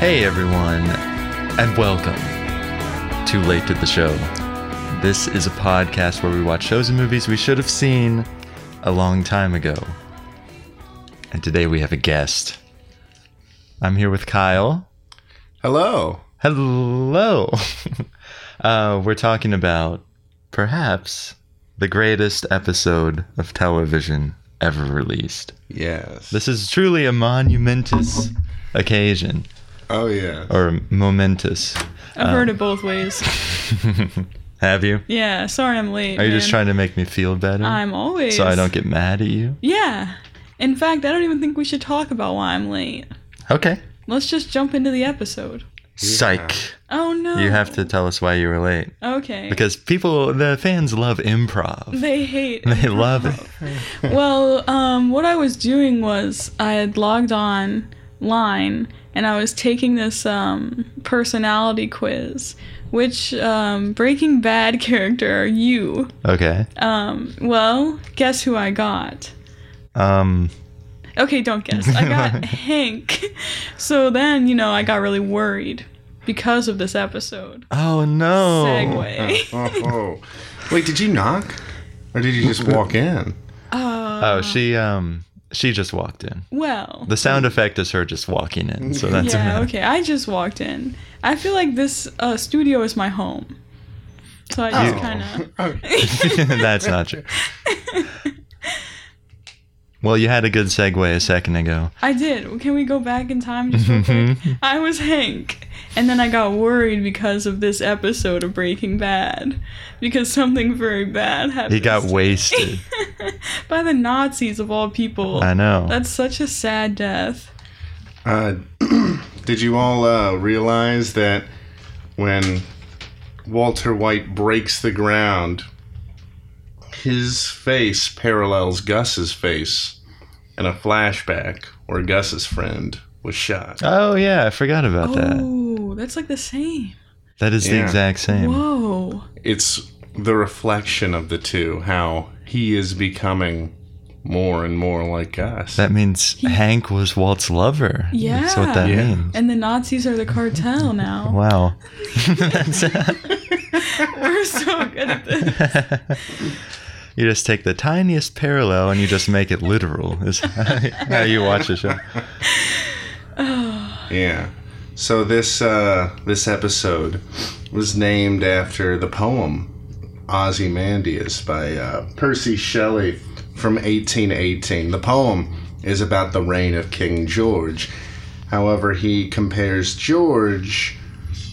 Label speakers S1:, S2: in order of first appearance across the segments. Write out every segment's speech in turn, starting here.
S1: Hey everyone, and welcome to Late to the Show. This is a podcast where we watch shows and movies we should have seen a long time ago. And today we have a guest. I'm here with Kyle.
S2: Hello.
S1: Hello. uh, we're talking about perhaps the greatest episode of television ever released.
S2: Yes.
S1: This is truly a monumentous occasion,
S2: oh yeah.
S1: or momentous.
S3: I've heard
S1: Um,
S3: it both ways.
S1: Have you?
S3: Yeah, sorry I'm late.
S1: Are you just
S3: man.
S1: trying to make me feel better?
S3: I'm always.
S1: so I don't get mad at you?
S3: Yeah. In fact, I don't even think we should talk about why I'm late.
S1: Okay.
S3: Let's just jump into the episode.
S1: Psych.
S3: Oh no.
S1: You have to tell us why you were late.
S3: Okay.
S1: Because people, the fans love improv.
S3: they hate.
S1: They love it.
S3: well, um, what I was doing was I had logged on line and I was taking this um, personality quiz, which um, Breaking Bad character you.
S1: Okay.
S3: Um, well, guess who I got.
S1: Um,
S3: Okay, don't guess. I got Hank. So then, you know, I got really worried because of this episode.
S1: oh no.
S3: Segway.
S2: Oh, oh. Wait, did you knock? Or did you just walk in?
S3: Uh,
S1: Oh, she, um, she just walked in.
S3: well,
S1: The sound effect is her just walking in. So that's
S3: yeah,
S1: enough.
S3: okay. I just walked in. I feel like this uh, studio is my home. So I just
S2: Oh.
S3: kind of.
S1: That's not true. Well, you had a good segue a second ago. Mm-hmm.
S3: I did. Can we go back in time just real quick? I was Hank. And then I got worried because of this episode of Breaking Bad. Because something very bad happened.
S1: He got wasted.
S3: By the Nazis, of all people.
S1: I know.
S3: That's such a sad death.
S2: Uh, did you all uh, realize that when Walter White breaks the ground, his face parallels Gus's face in a flashback where Gus's friend was shot?
S1: Oh yeah, I forgot about that.
S3: Oh, that's like the same.
S1: That is the
S2: Yeah.
S1: exact same.
S3: Whoa.
S2: it's the reflection of the two how he is becoming more and more like us
S1: That means Hank was Walt's lover. That's what that
S3: Yeah.
S2: Yeah.
S1: means.
S3: And the Nazis are the cartel now.
S1: Wow. That's-
S3: We're so good at this.
S1: you just take the tiniest parallel and you just make it literal, is how you watch the show.
S2: yeah so this uh this episode was named after the poem ozymandias by uh, percy shelley from 1818 the poem is about the reign of king george however he compares george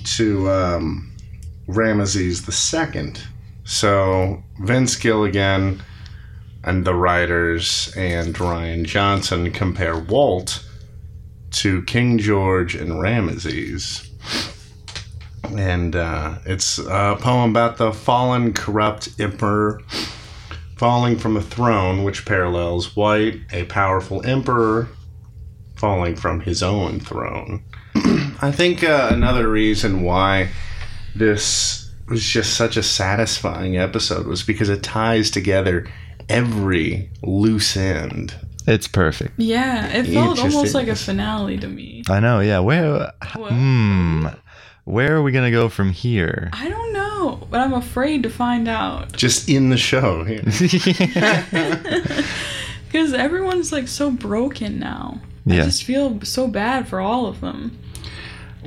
S2: to um, ramesses the second So Vince Gilligan and the writers and Ryan Johnson compare Walt to King George and Ramesses. And uh, it's a poem about the fallen, corrupt emperor falling from a throne, which parallels White, a powerful emperor, falling from his own throne. I think uh, another reason why this was just such a satisfying episode was because it ties together every loose end.
S1: It's perfect.
S3: Yeah, it felt
S2: Interesting.
S3: almost like a finale to me.
S1: I know, yeah. Where
S3: Well-
S1: hmm, where are we gonna go from here?
S3: I don't know, but I'm afraid to find out.
S2: Just in the show.
S3: Because everyone's like so broken now. I
S1: Yeah.
S3: just feel so bad for all of them.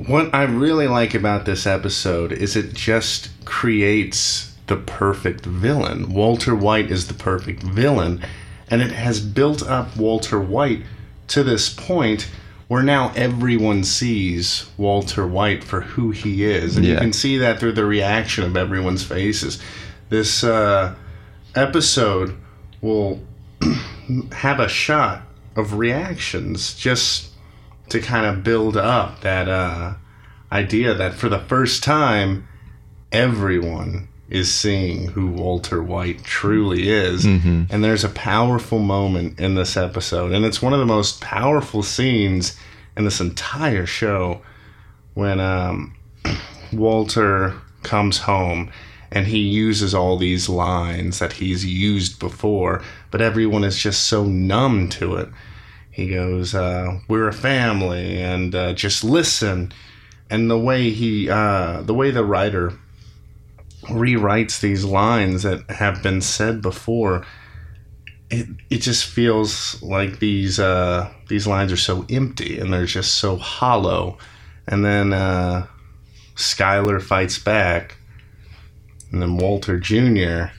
S2: what I really like about this episode is it just creates the perfect villain. Walter White is the perfect villain, and it has built up Walter White to this point where now everyone sees Walter White for who he is. And
S1: Yeah.
S2: you can see that through the reaction of everyone's faces. This uh, episode will have a shot of reactions just to kind of build up that uh, idea that for the first time, everyone is seeing who Walter White truly is. And there's a powerful moment in this episode. And it's one of the most powerful scenes in this entire show when um, Walter comes home and he uses all these lines that he's used before, but everyone is just so numb to it He goes, uh, "We're a family, and uh, just listen." And the way he, uh, the way the writer rewrites these lines that have been said before, it it just feels like these uh, these lines are so empty and they're just so hollow. And then uh, Skyler fights back, and then Walter Jr.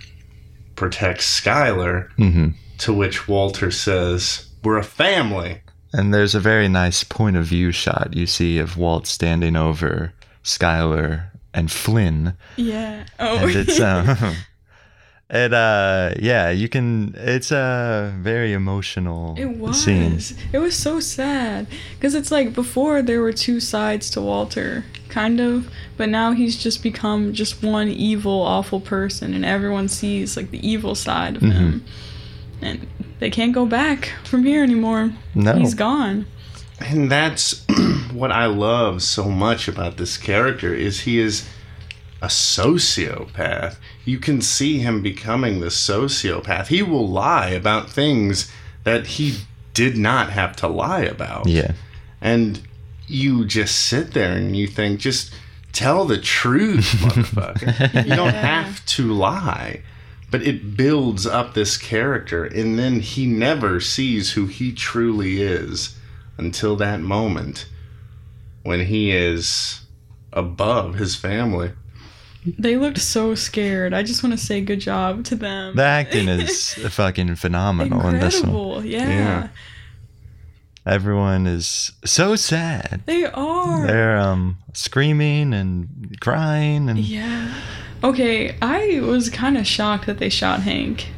S2: protects Skyler.
S1: hmm
S2: To which Walter says, "We're a family."
S1: And there's a very nice point of view shot you see of Walt standing over Skyler and Flynn.
S3: Yeah. Oh.
S1: and it's um, it uh yeah you can it's a very emotional
S3: It was.
S1: scene
S3: It was so sad because it's like before there were two sides to Walter, kind of, but now he's just become just one evil, awful person, and everyone sees like the evil side of
S1: Mm-hmm.
S3: him, and they can't go back from here anymore.
S1: no
S3: He's gone.
S2: and that's what I love so much about this character is he is a sociopath. You can see him becoming the sociopath. He will lie about things that he did not have to lie about.
S1: yeah
S2: And you just sit there and you think just tell the truth, motherfucker. you don't
S3: Yeah.
S2: have to lie. But it builds up this character, and then he never sees who he truly is until that moment when he is above his family.
S3: They looked so scared. I just want to say good job to them.
S1: the acting is fucking phenomenal in this one
S3: incredible. Yeah.
S2: Yeah.
S1: everyone is so sad
S3: they are.
S1: they're um screaming and crying and
S3: yeah. Okay, I was kind of shocked that they shot Hank.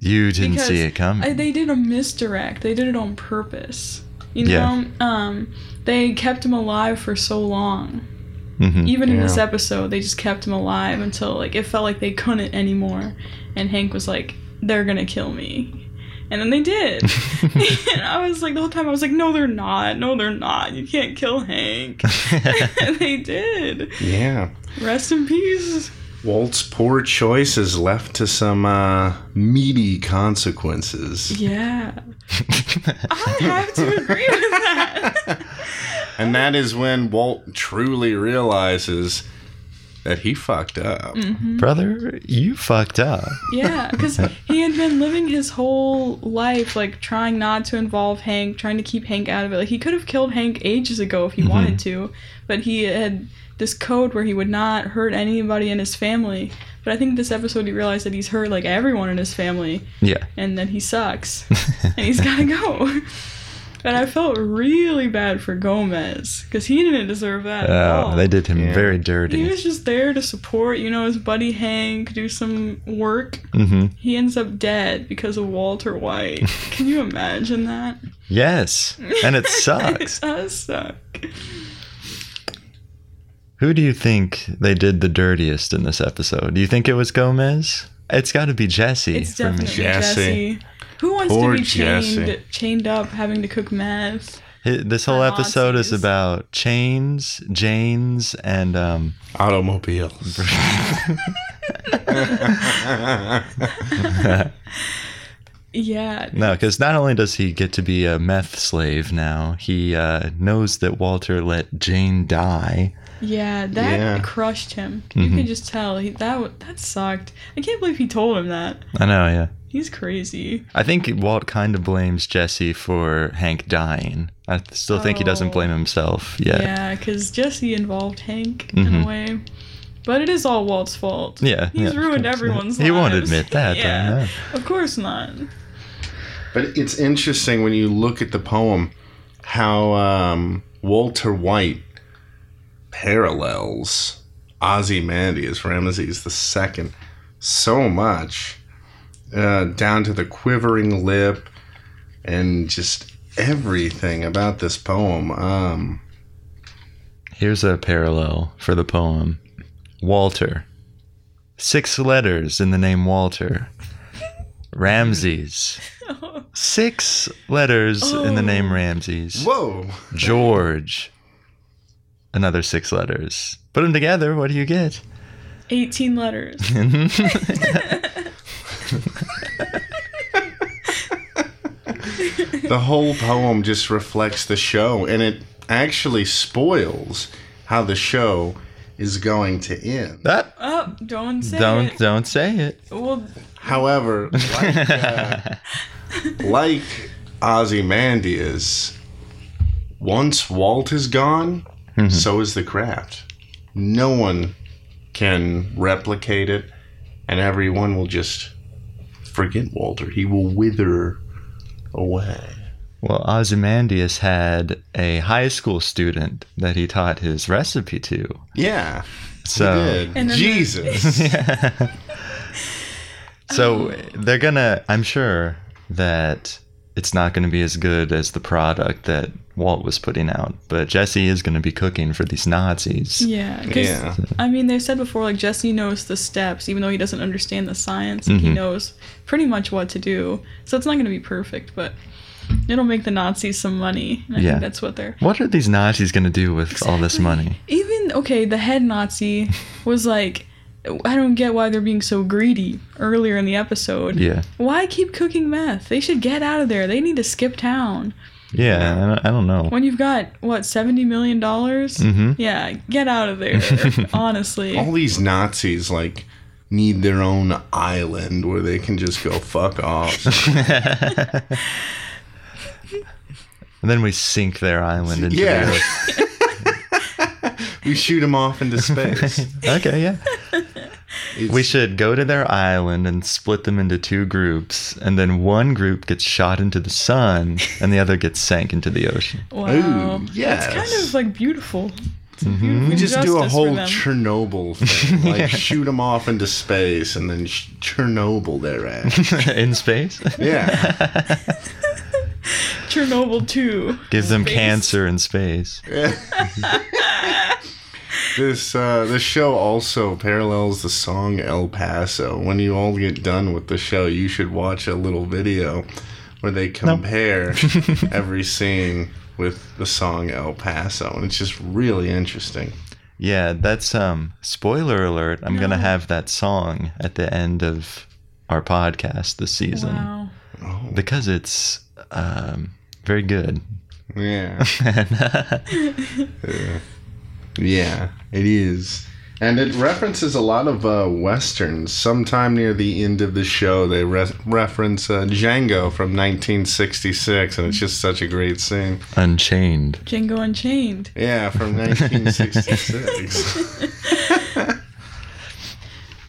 S1: you didn't
S3: Because
S1: see it coming
S3: I, they did a misdirect. They did it on purpose. You
S1: Yeah.
S3: know, um, they kept him alive for so long.
S1: Mhm.
S3: Even in this
S2: Yeah.
S3: episode, they just kept him alive until like it felt like they couldn't anymore. And Hank was like, "They're gonna kill me," and then they did. and I was like, the whole time I was like, "No, they're not. No, they're not. You can't kill Hank."
S1: Mm-hmm.
S3: and they did.
S2: Yeah.
S3: Rest in peace.
S2: Walt's poor choices left to some uh, meaty consequences.
S3: Yeah, I have to agree with that.
S2: And that is when Walt truly realizes that he fucked up.
S3: Mm-hmm.
S1: brother you fucked up
S3: Yeah, because he had been living his whole life like trying not to involve Hank, trying to keep Hank out of it. Like he could have killed Hank ages ago if he
S1: Mm-hmm.
S3: wanted to, but he had this code where he would not hurt anybody in his family. But I think this episode he realized that he's hurt like everyone in his family,
S1: yeah Oh,
S3: and that he sucks, and he's gotta go. And I felt really bad for Gomez because he didn't deserve that. at all.
S1: oh, they did him
S2: Yeah.
S1: very
S3: He
S1: dirty
S3: was just there to support, you know, his buddy Hank, do some work.
S1: hmm
S3: He ends up dead because of Walter White. Can you imagine that?
S1: yes and it sucks
S3: it does suck.
S1: Who do you think they did the dirtiest in this episode? Do you think it was Gomez? It's got to be Jesse.
S3: It's
S1: for me.
S3: definitely
S2: Jesse.
S3: Jesse. Who wants
S2: Poor
S3: to be chained,
S2: Jesse.
S3: chained up, having to cook meth?
S1: Hi- This whole
S3: Nazis.
S1: episode is about chains, Janes, and um,
S2: Automobiles.
S3: Yeah.
S1: no, because not only does he get to be a meth slave now, he uh, knows that Walter let Jane die.
S3: Yeah, that
S2: Yeah.
S3: crushed him. You
S1: Mm-hmm.
S3: could just tell. He, that w- that sucked. I can't believe he told him that.
S1: I know, yeah.
S3: He's crazy.
S1: I think Walt kind of blames Jesse for Hank dying. I still think he doesn't
S3: Oh.
S1: blame himself
S3: Yeah,
S1: yet.
S3: 'cause Jesse involved Hank in
S1: Mhm.
S3: a way. But it is all Walt's fault.
S1: Yeah,
S3: He's
S1: yeah.
S3: ruined everyone's
S1: He won't
S3: lives.
S1: admit that, though,
S3: yeah.
S1: no.
S3: Of course not.
S2: But it's interesting when you look at the poem how um, Walter White parallels Ozymandias Ramesses the Second so much, uh, down to the quivering lip and just everything about this poem. Um,
S1: Here's a parallel for the poem Walter. Six letters in the name Walter. Ramses. Six letters in the
S3: Oh.
S1: name Ramses.
S2: whoa!
S1: George. Another six letters. Put them together, what do you get?
S3: 18 letters.
S2: the whole poem just reflects the show, and it actually spoils how the show is going to end.
S1: That
S3: Oh, don't say
S1: don't
S3: it.
S1: don't say it.
S3: Well,
S2: However, like, uh, like Ozymandias, once Walt is gone, so is the craft. No one can replicate it, and everyone will just forget Walter. He will wither away.
S1: Well, Ozymandias had a high school student that he taught his recipe to.
S2: Yeah,
S1: So
S2: good.
S3: And then the-
S2: Jesus.
S1: So they're gonna. I'm sure that it's not gonna be as good as the product that Walt was putting out, but Jesse is gonna be cooking for these Nazis.
S3: yeah. 'cause,
S2: yeah.
S3: I mean, they said before, like, Jesse knows the steps, even though he doesn't understand the science.
S1: Mm-hmm.
S3: Like, He knows pretty much what to do. So it's not going to be perfect, but it'll make the Nazis some money. And I
S1: Yeah.
S3: think that's what they're.
S1: What are these Nazis gonna do with all this money?
S3: Even, okay, the head Nazi was like, I don't get why they're being so greedy earlier in the episode.
S1: Yeah,
S3: Why keep cooking meth? They should get out of there. They need to skip town.
S1: yeah. I don't, I don't know.
S3: When you've got, what, $70 million?
S1: Mhm.
S3: Yeah, get out of there, honestly.
S2: All these Nazis, like, need their own island where they can just go fuck off.
S1: And then we sink their island into
S2: Yeah.
S1: the earth.
S2: we shoot him off into space.
S1: Okay, yeah.
S2: It's-
S1: We should go to their island and split them into two groups, and then one group gets shot into the sun, and the other gets sank into the ocean.
S3: Wow.
S2: Ooh,
S3: It's kind
S2: Oh, yes. Mm-hmm.
S3: of like beautiful. It's a
S2: we
S3: beautiful
S2: just do a
S3: justice for
S2: whole
S3: them.
S2: Chernobyl thing, like shoot them off into space and then sh- Chernobyl their ass.
S1: In space,
S2: Yeah,
S3: Chernobyl 2.
S1: give them
S3: Space.
S1: cancer in space.
S2: this uh, this show also parallels the song El Paso. When you all get done with the show, you should watch a little video where they compare every scene with the song El Paso, and it's just really interesting.
S1: Yeah, that's um spoiler alert. I'm gonna have that song at the end of our podcast this season
S3: Wow.
S2: Oh,
S1: because it's um very good.
S2: yeah.
S1: And
S2: Yeah, it is. And it references a lot of uh, westerns. Sometime near the end of the show, they re- reference uh, Django from 1966, and it's just such a great scene.
S1: Unchained.
S3: Django Unchained.
S2: Yeah, from 1966.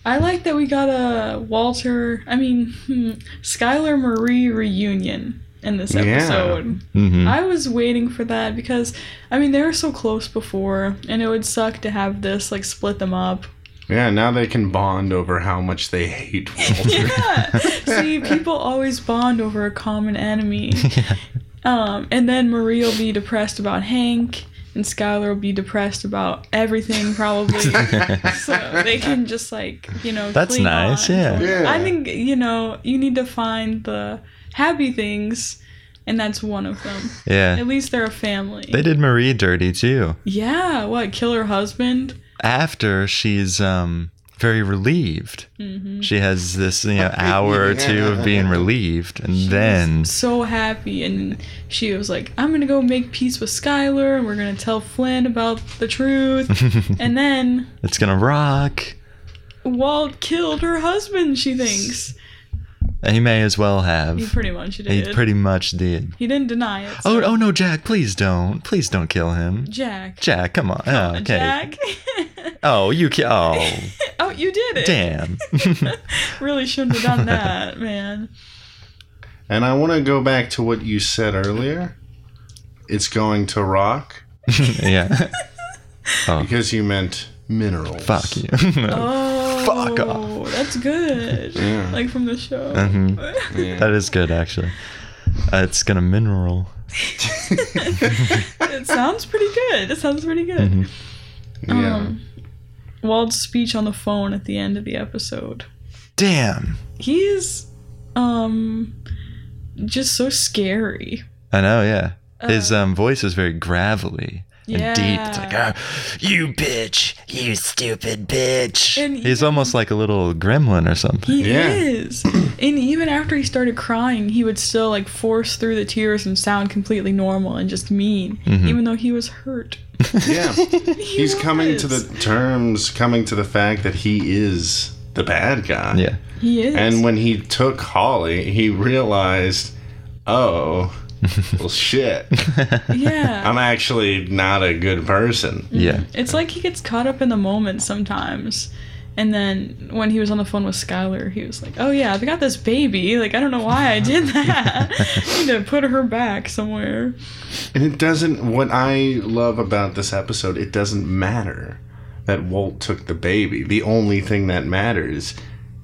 S3: I like that we got a Walter, I mean, hmm, Skylar Marie reunion in this
S2: Yeah.
S3: episode.
S1: hmm
S3: I was waiting for that because, I mean, they were so close before, and it would suck to have this, like, split them up.
S2: yeah, now they can bond over how much they hate Walter.
S3: Yeah. See, people always bond over a common enemy. Um, and then Marie will be depressed about Hank, and Skylar will be depressed about everything, probably. so they can just, like, you know,
S1: That's
S3: cling
S1: nice,
S3: on.
S1: yeah.
S2: Yeah.
S3: I think, you know, you need to find the happy things, and that's one of them.
S1: Yeah.
S3: At least they're a family.
S1: They did Marie dirty too.
S3: yeah, what, kill her husband?
S1: After she's um very relieved.
S3: Mm-hmm.
S1: She has this, you know, hour or two of being relieved and then
S3: so happy and she was like i'm gonna go make peace with skylar and we're gonna tell flynn about the truth and then
S1: it's gonna rock.
S3: walt killed her husband she thinks
S1: He may as well
S3: he
S1: have.
S3: pretty much did
S1: He
S3: he,
S1: pretty much did.
S3: didn't deny it
S1: Oh, oh no, Jack! Please don't, please don't kill him.
S3: jack
S1: Jack, come on. oh, okay.
S3: jack
S1: Oh, you can. Oh,
S3: oh you did it
S1: damn.
S3: really shouldn't have done that man
S2: and I want to go back to what you said earlier. It's going to rock
S1: yeah.
S2: because you meant minerals.
S1: Fuck you.
S3: oh
S1: Fuck off.
S3: that's good
S2: Yeah.
S3: like from the show
S1: Mm-hmm. that is good, actually. Uh, it's gonna mineral.
S3: it sounds pretty good it sounds pretty good
S1: Mm-hmm.
S2: Yeah.
S3: Um, Walt's speech on the phone at the end of the episode.
S1: Damn.
S3: He is, um, just so scary.
S1: I know. Yeah. His
S3: Uh-huh.
S1: um, voice is very gravelly and deep. It's
S3: Yeah.
S1: like, ah, you bitch, you stupid bitch.
S3: And
S1: He's almost like a little gremlin or something.
S3: He
S2: Yeah.
S3: is. And even after he started crying, he would still like force through the tears and sound completely normal and just mean, even though he was hurt.
S2: Yeah. Mm-hmm. He's
S3: He
S2: coming to
S3: was.
S2: the terms, coming to the fact that he is the bad guy.
S1: Yeah.
S3: He is.
S2: And when he took Holly, he realized, oh, well, shit.
S3: yeah.
S2: I'm actually not a good person.
S1: Yeah.
S3: It's like he gets caught up in the moment sometimes. And then when he was on the phone with Skylar, he was like, "Oh yeah, I got this baby. Like I don't know why I did that. I need to put her back somewhere."
S2: And it doesn't, what I love about this episode, it doesn't matter that Walt took the baby. The only thing that matters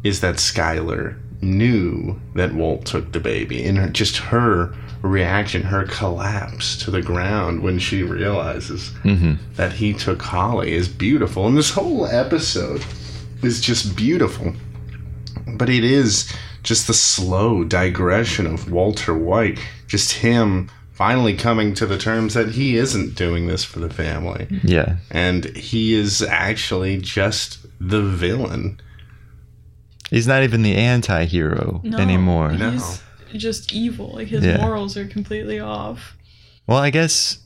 S2: is that Skylar knew that Walt took the baby. And her, just her reaction, her collapse to the ground when she realizes
S1: Mm-hmm.
S2: that he took Holly is beautiful. And this whole episode is just beautiful. But it is just the slow digression of Walter White, just him finally coming to the terms that he isn't doing this for the family.
S1: Yeah.
S2: And he is actually just the villain.
S1: He's not even the anti hero
S3: No,
S1: anymore.
S2: No.
S3: He's just evil. Like his
S1: Yeah.
S3: morals are completely off.
S1: Well, I guess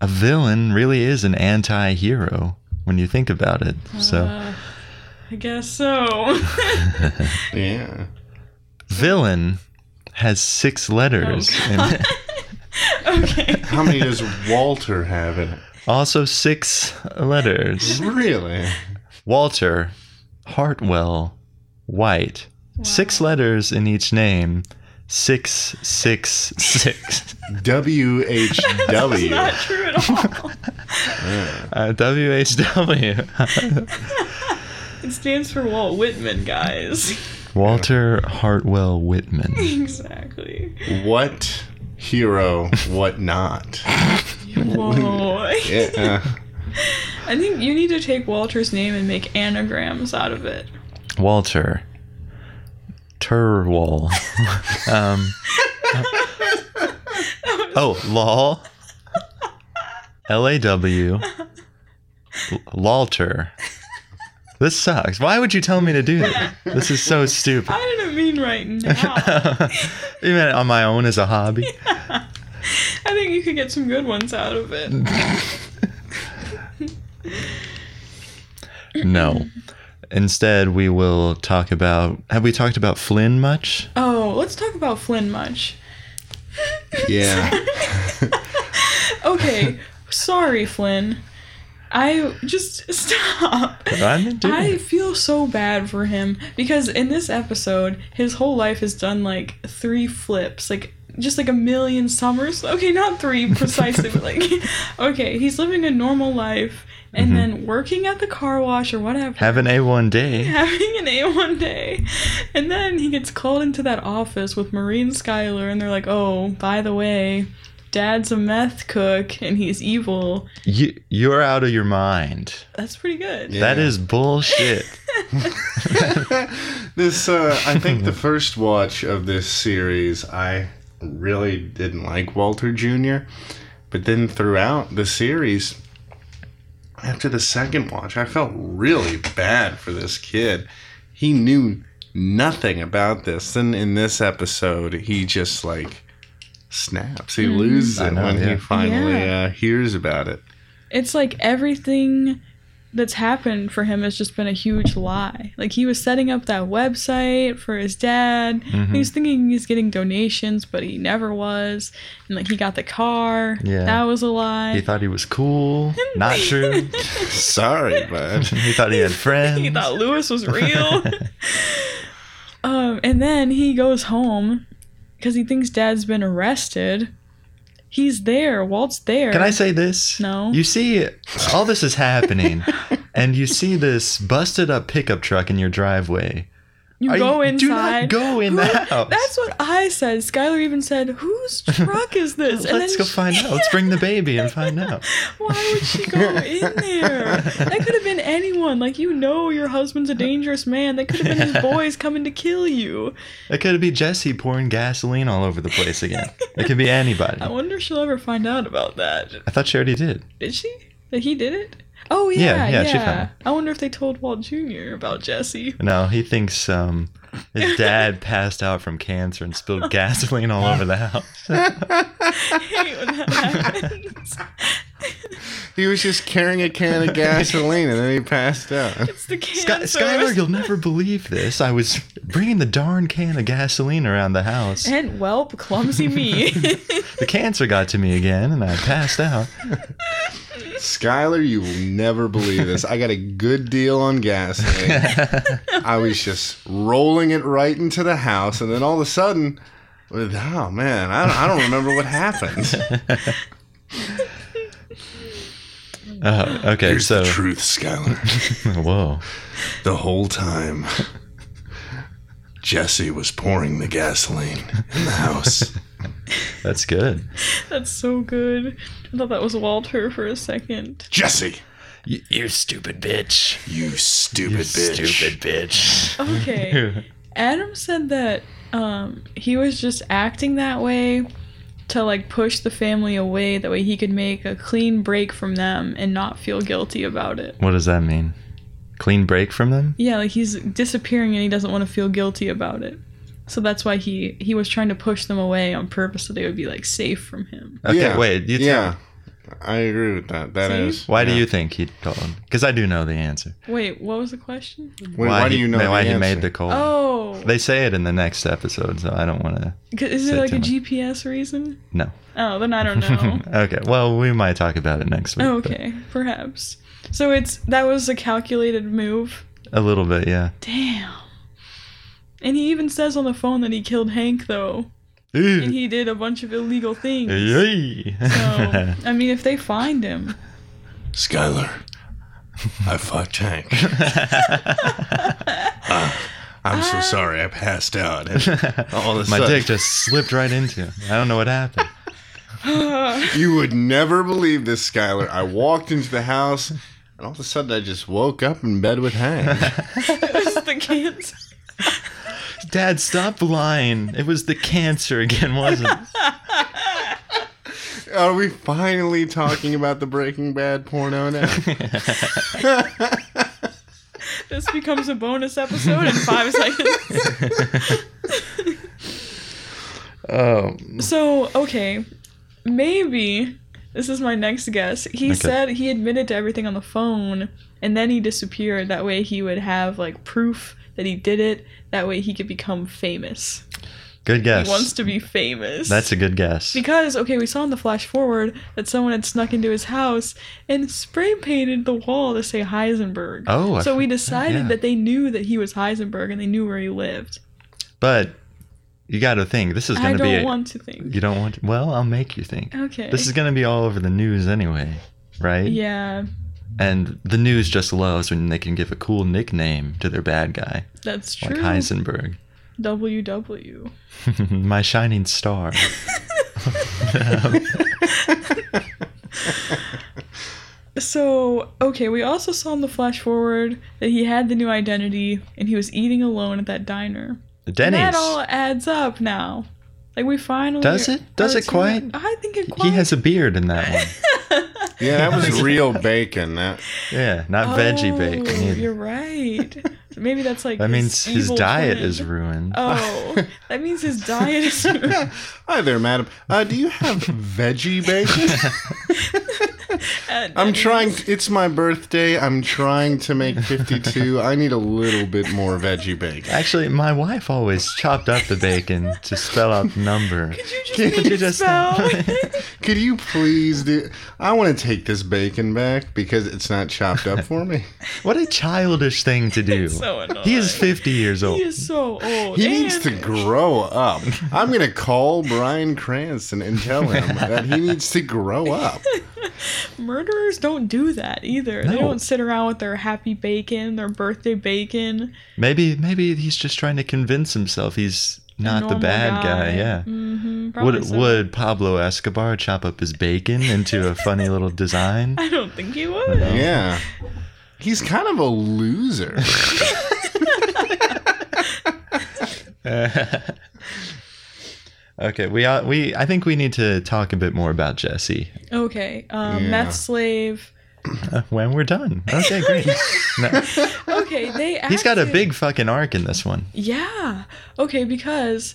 S1: a villain really is an anti hero when you think about it. So,
S3: Uh, I guess so.
S2: Yeah.
S1: villain has six letters in it.
S3: Oh, okay.
S2: How many does Walter have in it?
S1: Also, six letters.
S2: Really?
S1: Walter, Hartwell, White. Six letters in each name. Six, six, six.
S2: WHW.
S3: Not true at all.
S1: Uh, WHW.
S3: It stands for Walt Whitman, guys.
S1: Walter Hartwell Whitman.
S3: exactly.
S2: what hero, what not?
S3: Whoa.
S2: Yeah.
S3: I think you need to take Walter's name and make anagrams out of it.
S1: Walter. Turwall. um, oh, Law. L A W. Lalter. This sucks. Why would you tell me to do that? This is so stupid.
S3: I didn't mean right now.
S1: Even on my own as a hobby.
S3: I think you could get some good ones out of it.
S1: No.
S3: Mm-hmm.
S1: Instead, we will talk about. Have we talked about Flynn much?
S3: Oh, let's talk about Flynn much.
S2: yeah.
S3: Okay, sorry, Flynn. I just stop.
S1: I didn't do
S3: I
S1: it.
S3: feel so bad for him because in this episode, his whole life has done like three flips, like just like a million summers. Okay, not three precisely, but like, okay, he's living a normal life and
S1: Mm-hmm.
S3: then working at the car wash or whatever.
S1: Have an A1 day.
S3: having an A one day. And then he gets called into that office with Marine Skyler, and they're like, oh, by the way, dad's a meth cook and he's evil.
S1: You, you're out of your mind.
S3: That's pretty good.
S1: That
S2: Yeah.
S1: is bullshit.
S2: this uh, I think the first watch of this series I really didn't like Walter Jr. But then throughout the series after the second watch I felt really bad for this kid. He knew nothing about this. Then in this episode he just like snaps. He loses
S1: I
S2: it
S1: know,
S2: when
S1: yeah.
S2: he finally
S3: Yeah.
S2: uh, hears about it.
S3: It's like everything that's happened for him has just been a huge lie. Like he was setting up that website for his dad.
S1: Mm-hmm.
S3: He was thinking he's getting donations, but he never was. And like he got the car.
S1: Yeah.
S3: That was a lie.
S1: He thought he was cool. Not true.
S2: Sorry, bud.
S1: He thought he had friends.
S3: he thought Lewis was real. um, and then he goes home because he thinks Dad's been arrested. He's there. Walt's there.
S1: Can I say this?
S3: No.
S1: You see, all this is happening, and you see this busted up pickup truck in your driveway.
S3: You
S1: Are
S3: go
S1: you-
S3: inside.
S1: do not go in the house.
S3: That's what I said. Skylar even said, "Whose truck is this?"
S1: Let's go
S3: she-
S1: find out. Let's bring the baby and find out.
S3: Why would she go in there? That could have been anyone. Like you know, your husband's a dangerous man. That could have been his boys coming to kill you.
S1: It could be Jesse pouring gasoline all over the place again. It could be anybody.
S3: I wonder if she'll ever find out about that.
S1: I thought she already did.
S3: Did she? That he did it? Oh yeah,
S1: Yeah,
S3: yeah.
S1: yeah, she found
S3: I wonder if they told Walt Jr. about Jesse.
S1: No, he thinks um, his dad passed out from cancer and spilled gasoline all over the house.
S3: I hate when that happens.
S2: He was just carrying a can of gasoline and then he passed out.
S3: it's the
S1: Sky-
S3: cancer.
S1: Skylar, you'll never believe this. I was bringing the darn can of gasoline around the house.
S3: and welp, clumsy me.
S1: The cancer got to me again, and I passed out.
S2: Skylar, you will never believe this. I got a good deal on gasoline. I was just rolling it right into the house, and then all of a sudden, oh man, I don't, I don't remember what happened.
S1: Oh, okay, so
S2: truth, Skylar.
S1: whoa,
S2: The whole time, Jesse was pouring the gasoline in the house.
S1: that's good.
S3: That's so good. I thought that was Walter for a second.
S2: Jesse,
S1: You, you stupid bitch.
S2: you stupid
S1: bitch.
S3: Okay. Adam said that um, he was just acting that way to like push the family away. That way he could make a clean break from them and not feel guilty about it.
S1: What does that mean? Clean break from them?
S3: Yeah, like he's disappearing and he doesn't want to feel guilty about it. So that's why he he was trying to push them away on purpose so they would be like safe from him.
S1: Okay,
S2: Yeah.
S1: wait. You
S2: Yeah, I agree with that. That
S3: See?
S2: is.
S1: Why do
S2: yeah.
S1: you think he told him? Because I do know the answer.
S3: Wait, what was the question?
S2: Wait, why, do
S1: he-
S2: you know?
S1: Why
S2: the
S1: he
S2: answer?
S1: made the call?
S3: Oh,
S1: They say it in the next episode, so I don't want to.
S3: is
S1: said
S3: it like
S1: too
S3: a
S1: much.
S3: GPS reason?
S1: No.
S3: Oh, then I don't know.
S1: okay. Well, we might talk about it next week.
S3: Oh,
S1: but
S3: okay, perhaps. So it's that was a calculated move.
S1: A little bit, yeah.
S3: Damn. And he even says on the phone that he killed Hank though, and he did a bunch of illegal things.
S1: Yay.
S3: So I mean, if they find him,
S2: Skylar, I fought Tank. I'm so sorry I passed out. All of a
S1: My
S2: sudden-
S1: dick just slipped right into him. I don't know what happened.
S2: You would never believe this, Skylar. I walked into the house, and all of a sudden I just woke up in bed with Hank.
S3: it was the cancer.
S1: Dad, stop lying. It was the cancer again, wasn't it?
S2: Are we finally talking about the Breaking Bad porno now?
S3: This becomes a bonus episode in five seconds.
S1: Oh,
S3: So, okay. Maybe this is my next guess. He
S1: Okay.
S3: said he admitted to everything on the phone and then he disappeared. That way he would have like proof that he did it. That way he could become famous.
S1: good guess.
S3: He wants to be famous.
S1: That's a good guess.
S3: because okay, we saw in the flash forward that someone had snuck into his house and spray painted the wall to say Heisenberg.
S1: Oh, I
S3: so we
S1: forgot,
S3: decided
S1: yeah.
S3: that they knew that he was Heisenberg and they knew where he lived.
S1: But you got to think this is
S3: I
S1: going to be.
S3: don't
S1: a-
S3: want to think.
S1: you don't want. To, well, I'll make you think.
S3: Okay.
S1: This is going to be all over the news anyway, right?
S3: Yeah,
S1: And the news just loves when they can give a cool nickname to their bad guy,
S3: that's true.
S1: like Heisenberg,
S3: WW.
S1: my shining star.
S3: So, okay, we also saw in the flash forward that he had the new identity and he was eating alone at that diner. And
S1: Denny's.
S3: That all adds up now. Like we finally
S1: Does it? Does
S3: are
S1: it
S3: to-
S1: quite?
S3: I think it quite.
S1: He has a beard in that one.
S2: Yeah, that was real bacon. That
S1: Yeah, not veggie bacon
S3: Oh,
S1: either.
S3: You're right. Maybe that's like
S1: That means his
S3: evil
S1: diet
S3: twin.
S1: is ruined.
S3: Oh, that means his diet is.
S2: Hi there, madam. Uh, do you have veggie bacon? I'm trying. It's my birthday. I'm trying to make 52. I need a little bit more veggie bacon.
S1: Actually, my wife always chopped up the bacon to spell out the number.
S3: Did you just
S1: Can't
S3: make
S1: you
S3: it
S1: just-
S3: spell?
S2: Could you please do? I want to take this bacon back because it's not chopped up for me.
S1: What a childish thing to do.
S3: so annoying.
S1: he is 50 years old.
S3: He is so old.
S2: He needs
S3: and
S2: to grow up. I'm gonna call Brian Cranston and tell him that he needs to grow up.
S3: Murderers don't do that either. They
S1: No.
S3: don't sit around with their happy bacon, their birthday bacon.
S1: Maybe maybe he's just trying to convince himself he's not the
S3: normal
S1: bad guy.
S3: guy.
S1: Yeah.
S3: Mm-hmm,
S1: Would would Pablo Escobar chop up his bacon into a funny little design?
S3: I don't think he would.
S2: Yeah, he's kind of a loser.
S1: Okay, we are, we I think we need to talk a bit more about Jesse.
S3: Okay. Um,
S2: Yeah.
S3: Meth slave.
S1: when we're done. Okay, great. No,
S3: Okay, they. Acted,
S1: he's got a big fucking arc in this one.
S3: Yeah. Okay, because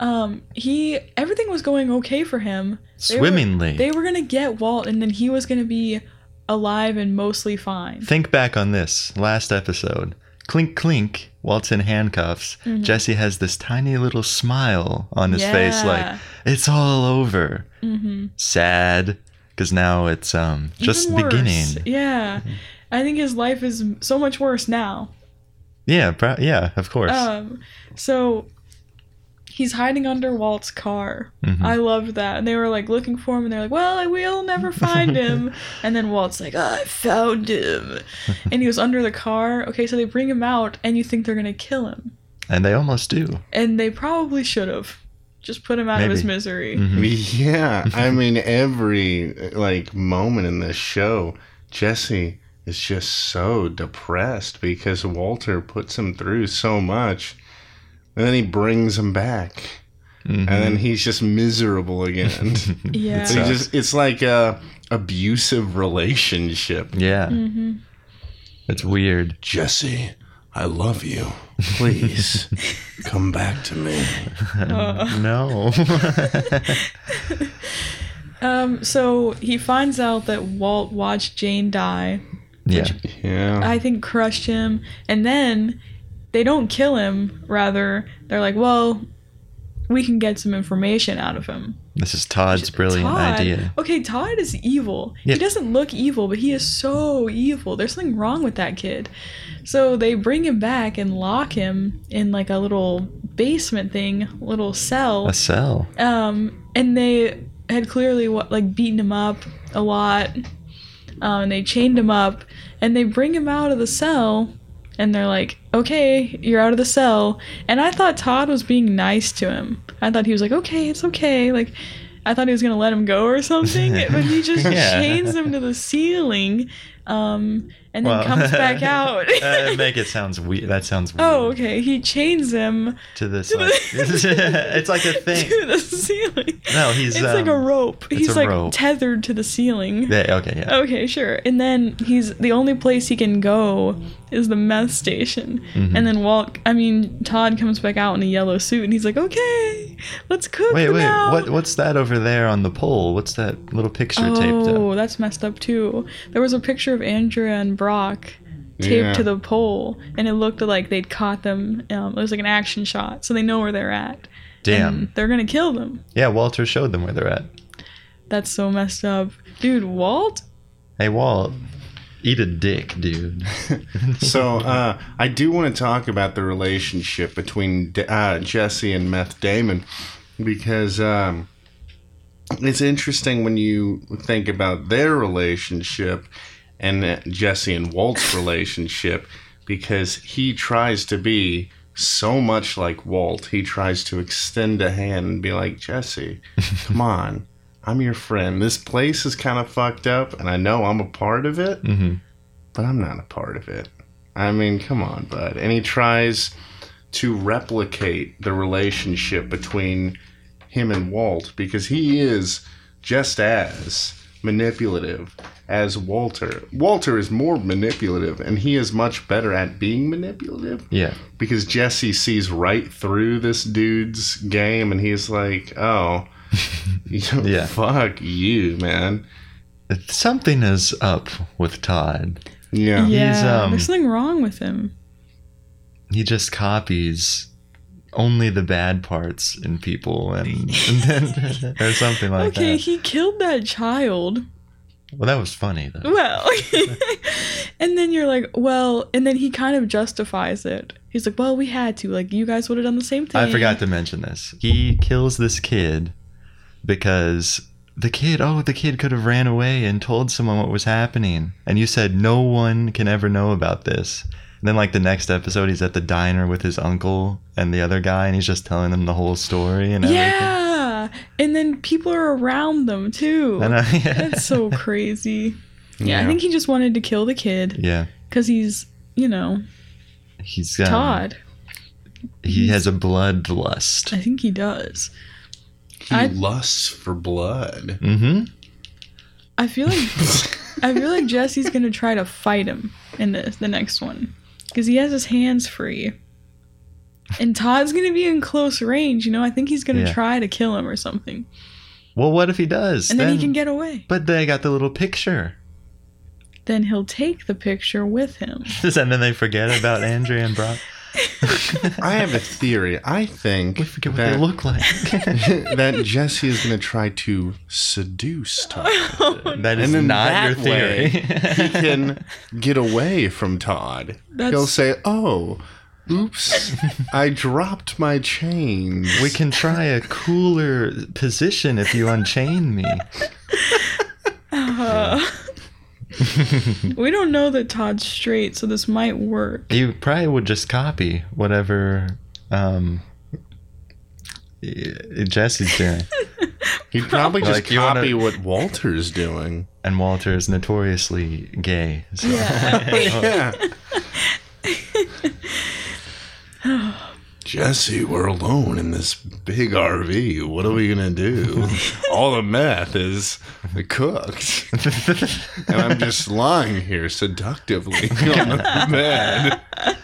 S3: um he everything was going okay for him. They were-
S1: Swimmingly.
S3: They were gonna get Walt, and then he was gonna be alive and mostly fine.
S1: Think back on this last episode. Clink, clink, Walt's in handcuffs.
S3: Mm-hmm.
S1: Jesse has this tiny little smile on his face, like,
S3: Yeah.
S1: it's all over.
S3: Mm-hmm.
S1: Sad, because now it's um, just the beginning.
S3: Yeah. I think his life is so much worse now.
S1: Yeah, pro- yeah, of course.
S3: Um, so he's hiding under Walt's car.
S1: Mhm.
S3: I loved that. And they were like looking for him, and they're like, "Well, I will never find him." and then Walt's like, "I found him," and he was under the car. Okay, so they bring him out, and you think they're gonna kill him,
S1: and they almost do.
S3: and they probably should have just put him out of his
S1: Maybe. Mm-hmm.
S3: misery.
S2: Yeah, I mean every like moment in this show, Jesse is just so depressed because Walter puts him through so much, and then he brings him back,
S1: Mhm.
S2: and then he's just miserable again.
S3: Yeah.
S2: So he just it's like a abusive relationship.
S1: yeah,
S3: hmm
S1: it's weird.
S2: Jesse, I love you. Please come back to me.
S3: Uh.
S1: no.
S3: Um. So he finds out that Walt watched Jane die.
S1: yeah.
S2: Yeah.
S3: I think crushed him. And then they don't kill him, rather, they're like, well, we can get some information out of him.
S1: This is Todd's brilliant
S3: Todd-
S1: idea.
S3: Okay, Todd is evil.
S1: Yeah.
S3: He doesn't look evil, but he is so evil. There's something wrong with that kid. So they bring him back and lock him in like a little basement thing, little cell.
S1: A cell.
S3: Um, and they had clearly what like beaten him up a lot. Um, and they chained him up, and they bring him out of the cell, and they're like, "Okay, you're out of the cell." And I thought Todd was being nice to him. I thought he was like, "Okay, it's okay." Like, I thought he was gonna let him go or something, but he just
S1: Yeah.
S3: chains him to the ceiling, um, and then
S1: Well,
S3: comes back out.
S1: uh, make it sounds weird. That sounds weird.
S3: oh, okay. He chains him
S1: To this,
S3: to
S1: like,
S3: the-
S1: it's like a thing.
S3: to the ceiling.
S1: No, he's,
S3: It's like a
S1: um,
S3: rope. He's
S1: a
S3: like
S1: rope.
S3: tethered to the ceiling.
S1: Yeah. Okay. Yeah.
S3: Okay, sure. And then he's the only place he can go is the meth station.
S1: Mm-hmm.
S3: And then Walt, I mean Todd, comes back out in a yellow suit, and he's like, "Okay, let's cook."
S1: Wait,
S3: them
S1: wait.
S3: out."
S1: What? What's that over there on the pole? What's that little picture taped
S3: Oh,
S1: up?
S3: that's messed up too. There was a picture of Andrea and Brock taped
S2: Yeah.
S3: to the pole, and it looked like they'd caught them. Um, it was like an action shot, so they know where they're at.
S1: Damn.
S3: And they're gonna kill them.
S1: Yeah. Walter showed them where they're at.
S3: That's so messed up, dude. Walt
S1: Hey, Walt. Eat a dick, dude.
S2: So uh, I do want to talk about the relationship between D- uh, Jesse and Meth Damon because um, it's interesting when you think about their relationship and uh, Jesse and Walt's relationship because he tries to be so much like Walt. He tries to extend a hand and be like, Jesse, come on. I'm your friend. This place is kind of fucked up, and I know I'm a part of it
S1: hmm
S2: but I'm not a part of it. I mean, come on, bud. And he tries to replicate the relationship between him and Walt because he is just as manipulative as Walter. Walter is more manipulative and he is much better at being manipulative
S1: Yeah.
S2: because Jesse sees right through this dude's game and he's like, "Oh,
S1: Yeah.
S2: fuck you, man."
S1: Something is up with Todd.
S2: Yeah.
S3: Yeah,
S1: um,
S3: there's something wrong with him.
S1: he just copies only the bad parts in people and, and then, or something like
S3: okay,
S1: that.
S3: he killed that child.
S1: Well, that was funny though.
S3: Well, and then you're like, well, and then he kind of justifies it. He's like, well, we had to. Like, you guys would have done the same thing.
S1: I forgot to mention this. He kills this kid because the kid, oh, the kid could have ran away and told someone what was happening. And you said no one can ever know about this. And then like the next episode he's at the diner with his uncle and the other guy and he's just telling them the whole story and everything.
S3: Yeah, and then people are around them too.
S1: And I-
S3: That's so crazy.
S2: Yeah.
S3: Yeah, I think he just wanted to kill the kid
S1: yeah.
S3: because he's, you know,
S1: He's um,
S3: Todd.
S1: He has a bloodlust.
S3: I think he does.
S2: He
S3: I-
S2: lusts for blood.
S1: Mm-hmm.
S3: I feel like I feel like Jesse's gonna try to fight him in this the next one because he has his hands free, and Todd's gonna be in close range. You know, I think he's gonna
S1: Yeah.
S3: try to kill him or something,
S1: Well, what if he does?
S3: and then, he can get away.
S1: But they got the little picture,
S3: Then he'll take the picture with him.
S1: and then they forget about Andrea and Brock.
S2: I have a theory. I think
S1: We forget what
S2: that,
S1: they look like.
S2: that Jesse is going to try to seduce Todd.
S1: that is
S2: And in
S1: not
S2: that
S1: your theory.
S2: he can get away from Todd.
S3: That's-
S2: He'll say, "Oh, oops, I dropped my chains."
S1: we can try a cooler position if you unchain me.
S3: Uh, we don't know that Todd's straight, so this might work.
S1: You probably would just copy whatever um, y- Jesse's doing.
S2: He'd probably just
S1: Like, you wanna-
S2: copy what Walter's doing.
S1: And Walter is notoriously gay. So.
S2: yeah. Jesse, we're alone in this big RV. What are we gonna do? All the meth is cooked, and I'm just lying here seductively on the bed.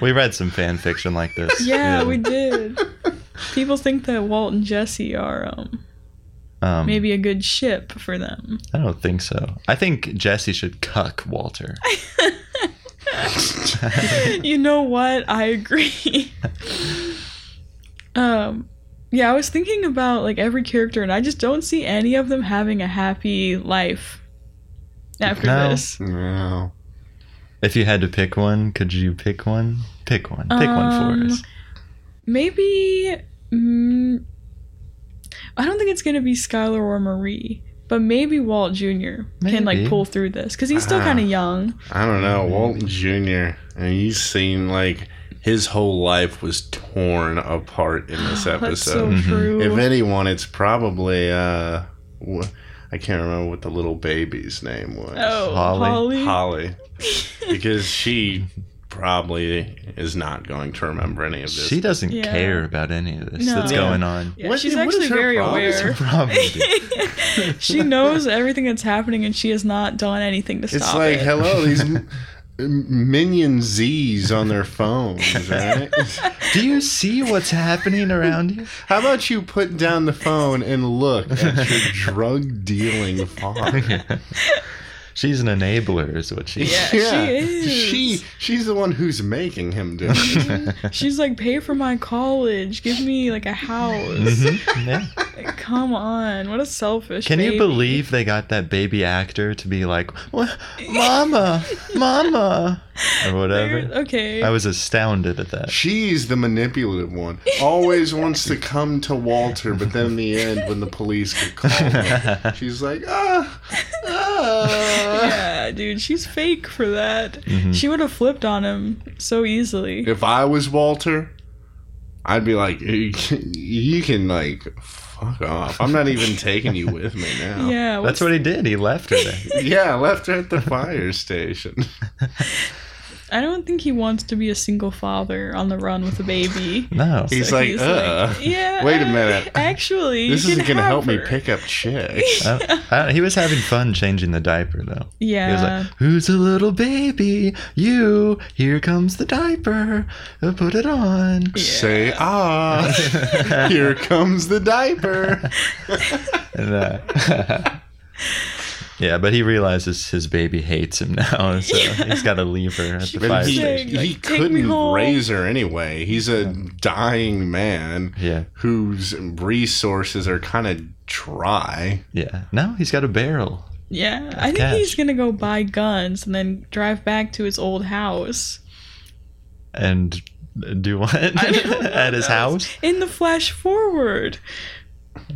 S1: We read some fan fiction like this.
S3: Yeah, we did. People think that Walt and Jesse are um,
S1: um,
S3: maybe a good ship for them.
S1: I don't think so. I think Jesse should cuck Walter.
S3: you know what? I agree. um, yeah, I was thinking about like every character, and I just don't see any of them having a happy life after
S1: No.
S3: this.
S2: No.
S1: If you had to pick one, could you pick one? Pick one. Pick one for
S3: Um,
S1: us.
S3: Maybe. Mm, I don't think it's gonna be Skylar or Marie, but maybe Walt Jr. can like
S1: Maybe.
S3: pull through this because he's still
S2: Ah.
S3: kind of young.
S2: I don't know, Walton Jr. And you seem like his whole life was torn apart in this episode.
S3: Oh, That's so
S1: Mhm.
S3: true.
S2: If anyone, it's probably uh, wh- I can't remember what the little baby's name was.
S3: oh,
S1: Holly.
S3: Holly.
S2: Holly, because she probably is not going to remember any of this.
S1: She doesn't
S3: Yeah.
S1: care about any of this
S3: No.
S1: that's
S2: Yeah.
S1: going on.
S3: Yeah,
S2: What-
S3: she's
S2: what is
S3: actually
S2: her
S3: very
S2: problem?
S1: It's a
S3: aware.
S1: problem, dude.
S3: she knows everything that's happening and she has not done anything to stop
S2: it's like
S3: it.
S2: hello, these m- minion Z's on their phones, right?
S1: Do you see what's happening around you?
S2: How about you put down the phone and look at your drug dealing father?
S1: She's an enabler, is what she
S3: Yeah, she is.
S2: She she's the one who's making him do it.
S3: She's like, pay for my college, give me like a house.
S2: Mm-hmm.
S1: Mhm, yeah.
S3: Like, come on, what a selfish.
S1: Can
S3: baby.
S1: you believe they got that baby actor to be like, "Wha- Mama, Mama, or
S3: You're-
S1: whatever?
S3: Okay.
S1: I was astounded at that.
S2: She's the manipulative one. Always wants to come to Walter, but then in the end, when the police get called, she's like, ah, ah.
S3: yeah, dude, she's fake for that.
S2: Mm-hmm.
S1: Mhm.
S3: She would have flipped on him so easily.
S2: If I was Walter, I'd be like, you can like fuck off. I'm not even taking you with me now.
S3: Yeah,
S1: That's
S3: what's,
S1: what he did. He left her there.
S2: Yeah, I left her at the fire station.
S3: I don't think he wants to be a single father on the run with a baby.
S1: No.
S2: He's like, uh,
S3: yeah.
S2: wait a minute.
S3: Actually,
S2: this
S3: you
S2: isn't
S3: can
S2: gonna
S3: have
S2: help me
S3: her."
S2: pick up chicks.
S1: I- I don't- he was having fun changing the diaper, though. He was
S3: Yeah.
S1: like, Who's a little baby? You. Here comes the diaper. Uh, Put it on.
S2: Say ah, here comes the diaper.
S1: And, uh, yeah, but he realizes his baby hates him now, so he's got to leave her at the
S2: But
S1: fire
S2: he,
S1: station.
S2: he
S3: Like, "Take me
S2: couldn't
S3: home."
S2: raise her anyway. He's a dying man
S1: Yeah,
S2: whose resources are kind of dry.
S1: yeah. Now he's got a barrel.
S3: Yeah, I think
S1: cash.
S3: he's gonna go buy guns and then drive back to his old house.
S1: and do what at his house?
S3: In the flash forward,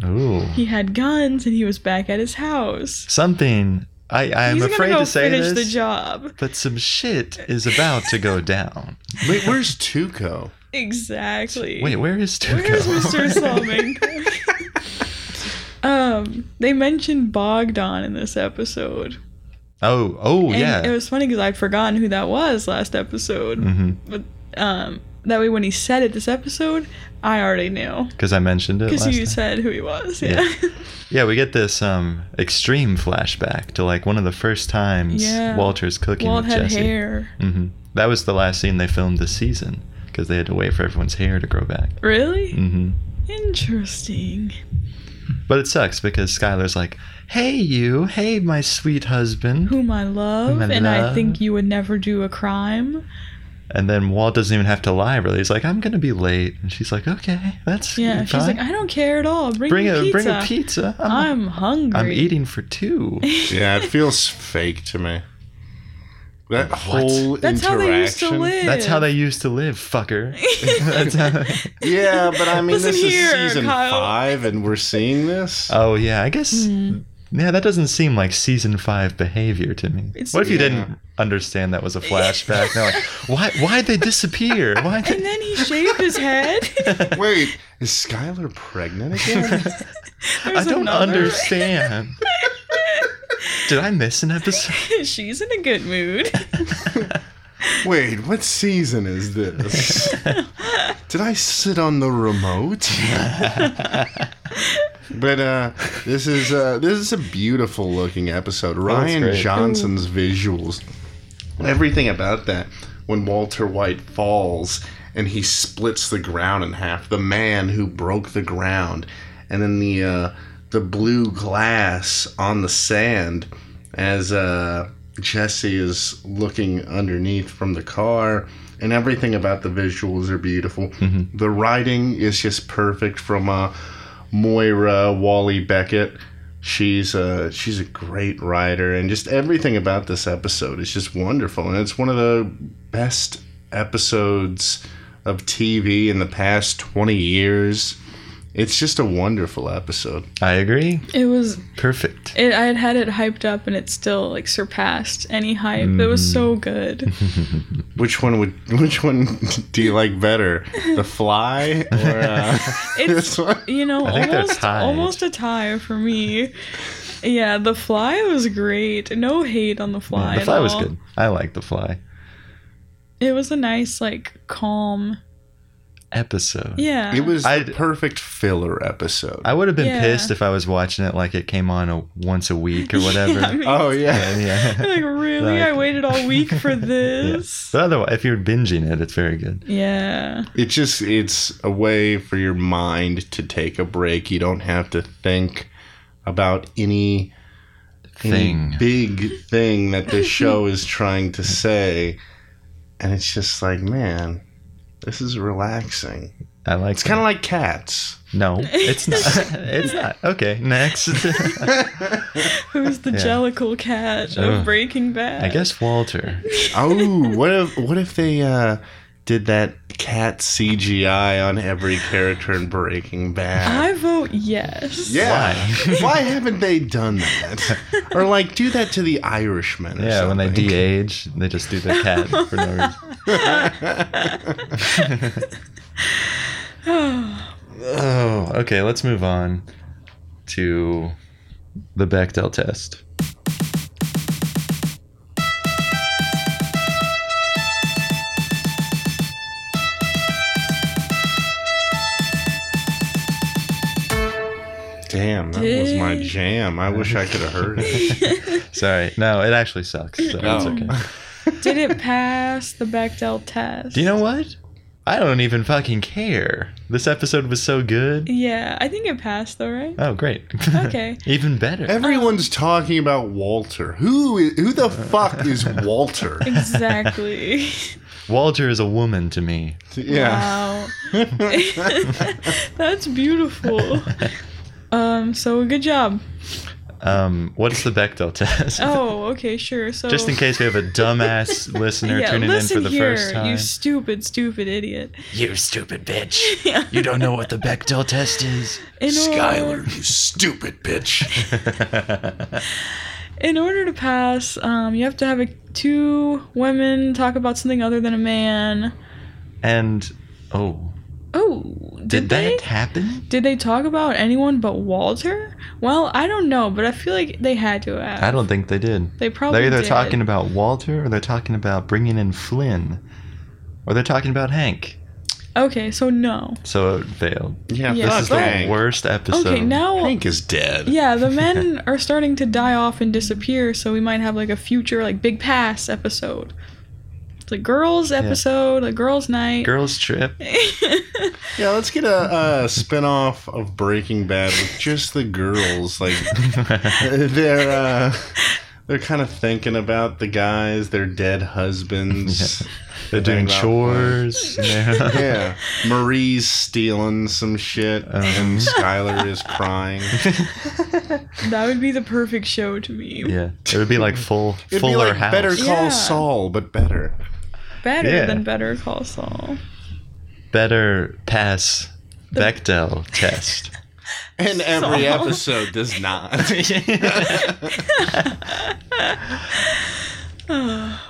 S1: Ooh,
S3: he had guns and he was back at his house.
S1: something. I I'm
S3: he's
S1: afraid
S3: gonna go
S1: to say
S3: finish
S1: this,
S3: the job.
S1: but some shit is about to go down.
S2: Wait, where's Tuco?
S3: Exactly.
S1: Wait, where is Tuco?
S3: where's Mr. Solomon? um, they mentioned Bogdan in this episode.
S1: oh, oh
S3: And
S1: yeah. Mm-hmm.
S3: It was funny because I'd forgotten who that was last episode.
S1: hmm
S3: Um, that way when he said it this episode, I already knew
S1: because I mentioned it.
S3: because
S1: Last
S3: you
S1: time.
S3: said who he was.
S1: Yeah.
S3: Yeah.
S1: yeah, we get this um extreme flashback to like one of the first times
S3: Yeah.
S1: Walter's cooking
S3: Walt
S1: with
S3: had
S1: Jesse.
S3: hair.
S1: hmm That was the last scene they filmed this season because they had to wait for everyone's hair to grow back.
S3: Really?
S1: hmm
S3: Interesting.
S1: But it sucks because Skylar's like, "Hey you, hey my sweet husband,"
S3: Whom I love,
S1: Whom I
S3: and I
S1: love.
S3: think you would never do a crime.
S1: and then Walt doesn't even have to lie. Really, he's like, "I'm gonna be late," and she's like, "Okay, that's
S3: Yeah.
S1: fine.
S3: She's like, I don't care at all. Bring,
S1: bring
S3: me
S1: a
S3: pizza.
S1: bring a pizza. I'm,
S3: I'm hungry.
S1: I'm eating for two.
S2: Yeah, it feels fake to me. That whole
S3: That's how
S2: interaction.
S3: they used to live.
S1: That's how they used to live, fucker. That's how-
S2: Yeah, but I mean,
S3: Listen
S2: this
S3: here,
S2: is season
S3: Kyle.
S2: five, and we're seeing this.
S1: oh yeah, I guess.
S3: Hmm. Mm.
S1: Yeah, that doesn't seem like season five behavior to me.
S3: It's-
S1: what if you
S2: Yeah.
S1: didn't understand that was a flashback? They're like, why? Why'd they disappear? Why?
S3: And then he shaved his head.
S2: Wait, is Skylar pregnant again?
S1: I
S3: There's
S1: don't
S3: another-
S1: understand. Did I miss an episode?
S3: She's in a good mood.
S2: Wait, what season is this? Did I sit on the remote? but uh, this is uh, this is a beautiful looking episode. Ryan
S1: great.
S2: Johnson's visuals, everything about that. When Walter White falls and he splits the ground in half, the man who broke the ground, and then the uh, the blue glass on the sand as uh, Jesse is looking underneath from the car, and everything about the visuals are beautiful. The writing is just perfect from uh, Moira Wally Beckett. She's a she's a great writer, and just everything about this episode is just wonderful, and it's one of the best episodes of TV in the past twenty years. It's just a wonderful episode.
S1: I agree.
S3: It was.
S1: Perfect.
S3: It, I had had it hyped up, and it still like surpassed any hype. It was so
S1: Mm.
S3: good.
S2: Which one would which one do you like better, The Fly or uh,
S3: It's
S2: this one?
S3: you know
S1: I think they're
S3: almost
S1: tied.
S3: almost a tie for me. Yeah, the fly was great. No hate on the fly.
S1: Yeah, the
S3: at
S1: fly was
S3: all.
S1: good. I like the fly
S3: It was a nice like calm.
S1: episode.
S3: Yeah.
S2: It was
S1: I'd-
S2: the perfect filler episode.
S1: I would have been
S3: Yeah.
S1: pissed if I was watching it like it came on a, once a week or whatever.
S3: Yeah, I mean,
S2: oh yeah.
S1: And yeah.
S3: like really, I
S1: Like-
S3: waited all week for this.
S1: But otherwise, if you're binging it, it's very good.
S3: Yeah.
S2: It just it's a way for your mind to take a break. You don't have to think about any, any
S1: Thing.
S2: big thing that this show is trying to say. And it's just like, man, this is relaxing.
S1: I like
S2: It's kind of like cats.
S1: of No, it's not. it's not. Okay, next.
S3: Who's the Jellicle cat of
S1: Ugh.
S3: Breaking Bad?
S1: I guess Walter.
S2: Oh, what if what if they uh, did that cat CGI on every character in Breaking Bad?
S3: I vote yes.
S2: yeah,
S1: Why?
S2: why haven't they done that? Or like do that to the Irishman? Or
S1: Yeah, when they
S2: something.
S1: de-age, they just do the cat for no reason. oh, okay. Let's move on to the Bechdel test.
S2: Damn, that was my
S3: Did-
S2: jam. I wish I could have heard it.
S1: Sorry, no, it actually sucks. So it's
S2: No.
S1: okay.
S3: Did it pass the Bechdel test?
S1: Do you know what? I don't even fucking care. This episode was so good.
S3: Yeah, I think it passed though, right?
S1: Oh, great.
S3: Okay.
S1: even better.
S2: Everyone's talking about Walter. Who is, who the fuck is Walter?
S3: Exactly.
S1: Walter is a woman to me.
S2: Yeah.
S3: Wow. That's beautiful. Um, so good job.
S1: Um, what's the Bechdel test?
S3: Oh, okay, sure. So
S1: Just in case we have a dumbass listener
S3: yeah,
S1: tuning in
S3: listen
S1: for the
S3: here,
S1: first time.
S3: you stupid, stupid idiot.
S1: You stupid bitch.
S3: Yeah.
S1: You don't know what the Bechdel test is.
S3: In order,
S2: you stupid bitch.
S3: in order to pass, um, you have to have a, two women talk about something other than a man.
S1: and oh,
S3: Oh, did,
S1: did,
S3: they?
S1: that happen?
S3: Did they talk about anyone but Walter? Well, I don't know, but I feel like they had to have.
S1: I don't think they did.
S3: They probably
S1: They're either
S3: did.
S1: talking about Walter or they're talking about bringing in Flynn or they're talking about Hank.
S3: Okay, so no.
S1: So it failed.
S2: Yeah,
S3: Yeah.
S1: This
S2: fuck
S1: is the
S2: Hank.
S1: worst episode.
S3: okay, now
S2: Hank is dead.
S3: yeah, the men are starting to die off and disappear, so we might have like a future like big pass episode. It's a girls episode, a girls night.
S1: Girls Trip.
S2: Yeah, let's get a, a spin off of Breaking Bad with just the girls. Like, they're uh, they're kind of thinking about the guys, their dead husbands.
S1: They're doing chores. Yeah.
S2: Yeah, Marie's stealing some shit,
S1: Um,
S2: and Skylar is crying.
S3: that would be the perfect show to me.
S1: Yeah. It would be like full
S2: It'd
S1: Fuller
S2: be like
S1: House.
S2: Better Call
S3: Yeah.
S2: Saul, but better.
S3: Better
S1: Yeah.
S3: than Better Call Saul.
S1: Better pass Bechdel test.
S2: And every
S3: Saul.
S2: episode does not.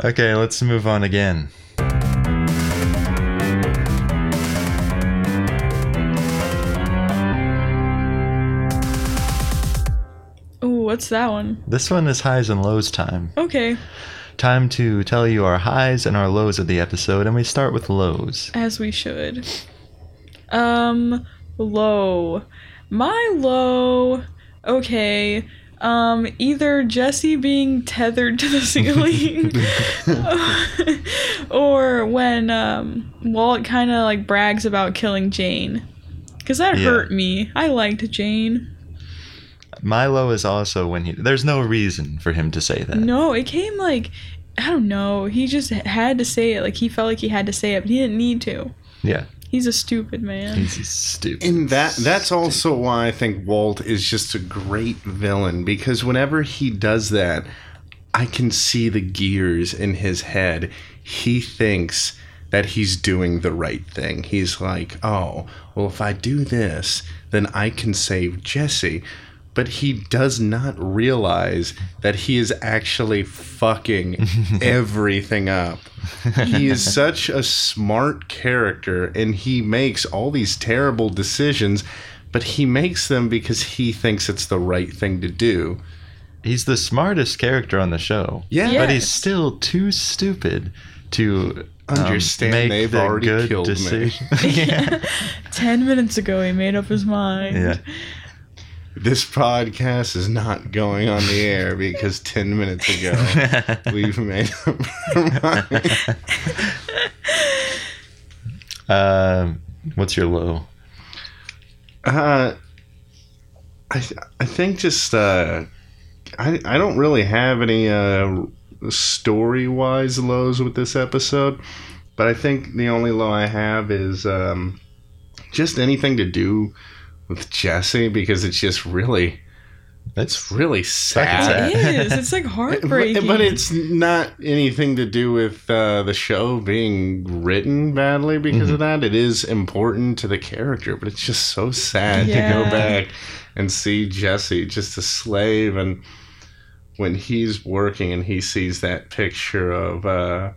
S1: Okay, let's move on again.
S3: Ooh, what's that one?
S1: This one is highs and lows time.
S3: Okay,
S1: Time to tell you our highs and our lows of the episode, and we start with lows.
S3: as we should. Um, low. My low. Okay. Um, either Jesse being tethered to the ceiling, or when um, Walt kind of like brags about killing Jane, because that
S1: Yeah.
S3: hurt me. I liked Jane.
S1: My low is also when he. There's no reason for him to say that.
S3: No, it came like I don't know. He just had to say it. Like he felt like he had to say it, but he didn't need to.
S1: Yeah,
S3: He's a stupid man.
S1: he's stupid.
S2: And that that's also why I think Walt is just a great villain because whenever he does that, I can see the gears in his head. He thinks that he's doing the right thing. He's like, "Oh, well if I do this, then I can save Jesse." But he does not realize that he is actually fucking everything up he is such a smart character and he makes all these terrible decisions but he makes them because he thinks it's the right thing to do
S1: He's the smartest character on the show.
S2: yeah,
S3: Yeah.
S1: But he's still too stupid to um,
S2: Understand
S1: make
S2: they've
S1: the
S2: already
S1: good
S2: killed me.
S1: decision. yeah.
S3: Ten minutes ago, he made up his mind.
S1: yeah.
S2: this podcast is not going on the air because 10 minutes ago we've made up our mind.
S1: Um, what's your low?
S2: Uh, I th- I think just uh, I I don't really have any uh story wise lows with this episode, but I think the only low I have is um just anything to do with Jesse because it's just really
S1: That's
S2: really sad.
S1: sad.
S3: It is. It's like
S2: But,
S3: heartbreaking.
S2: but it's not anything to do with uh, the show being written badly because of that. It is important to the character, but it's just so sad to
S3: Yeah.
S2: go back and see Jesse just a slave. And when he's working and he sees that picture of uh,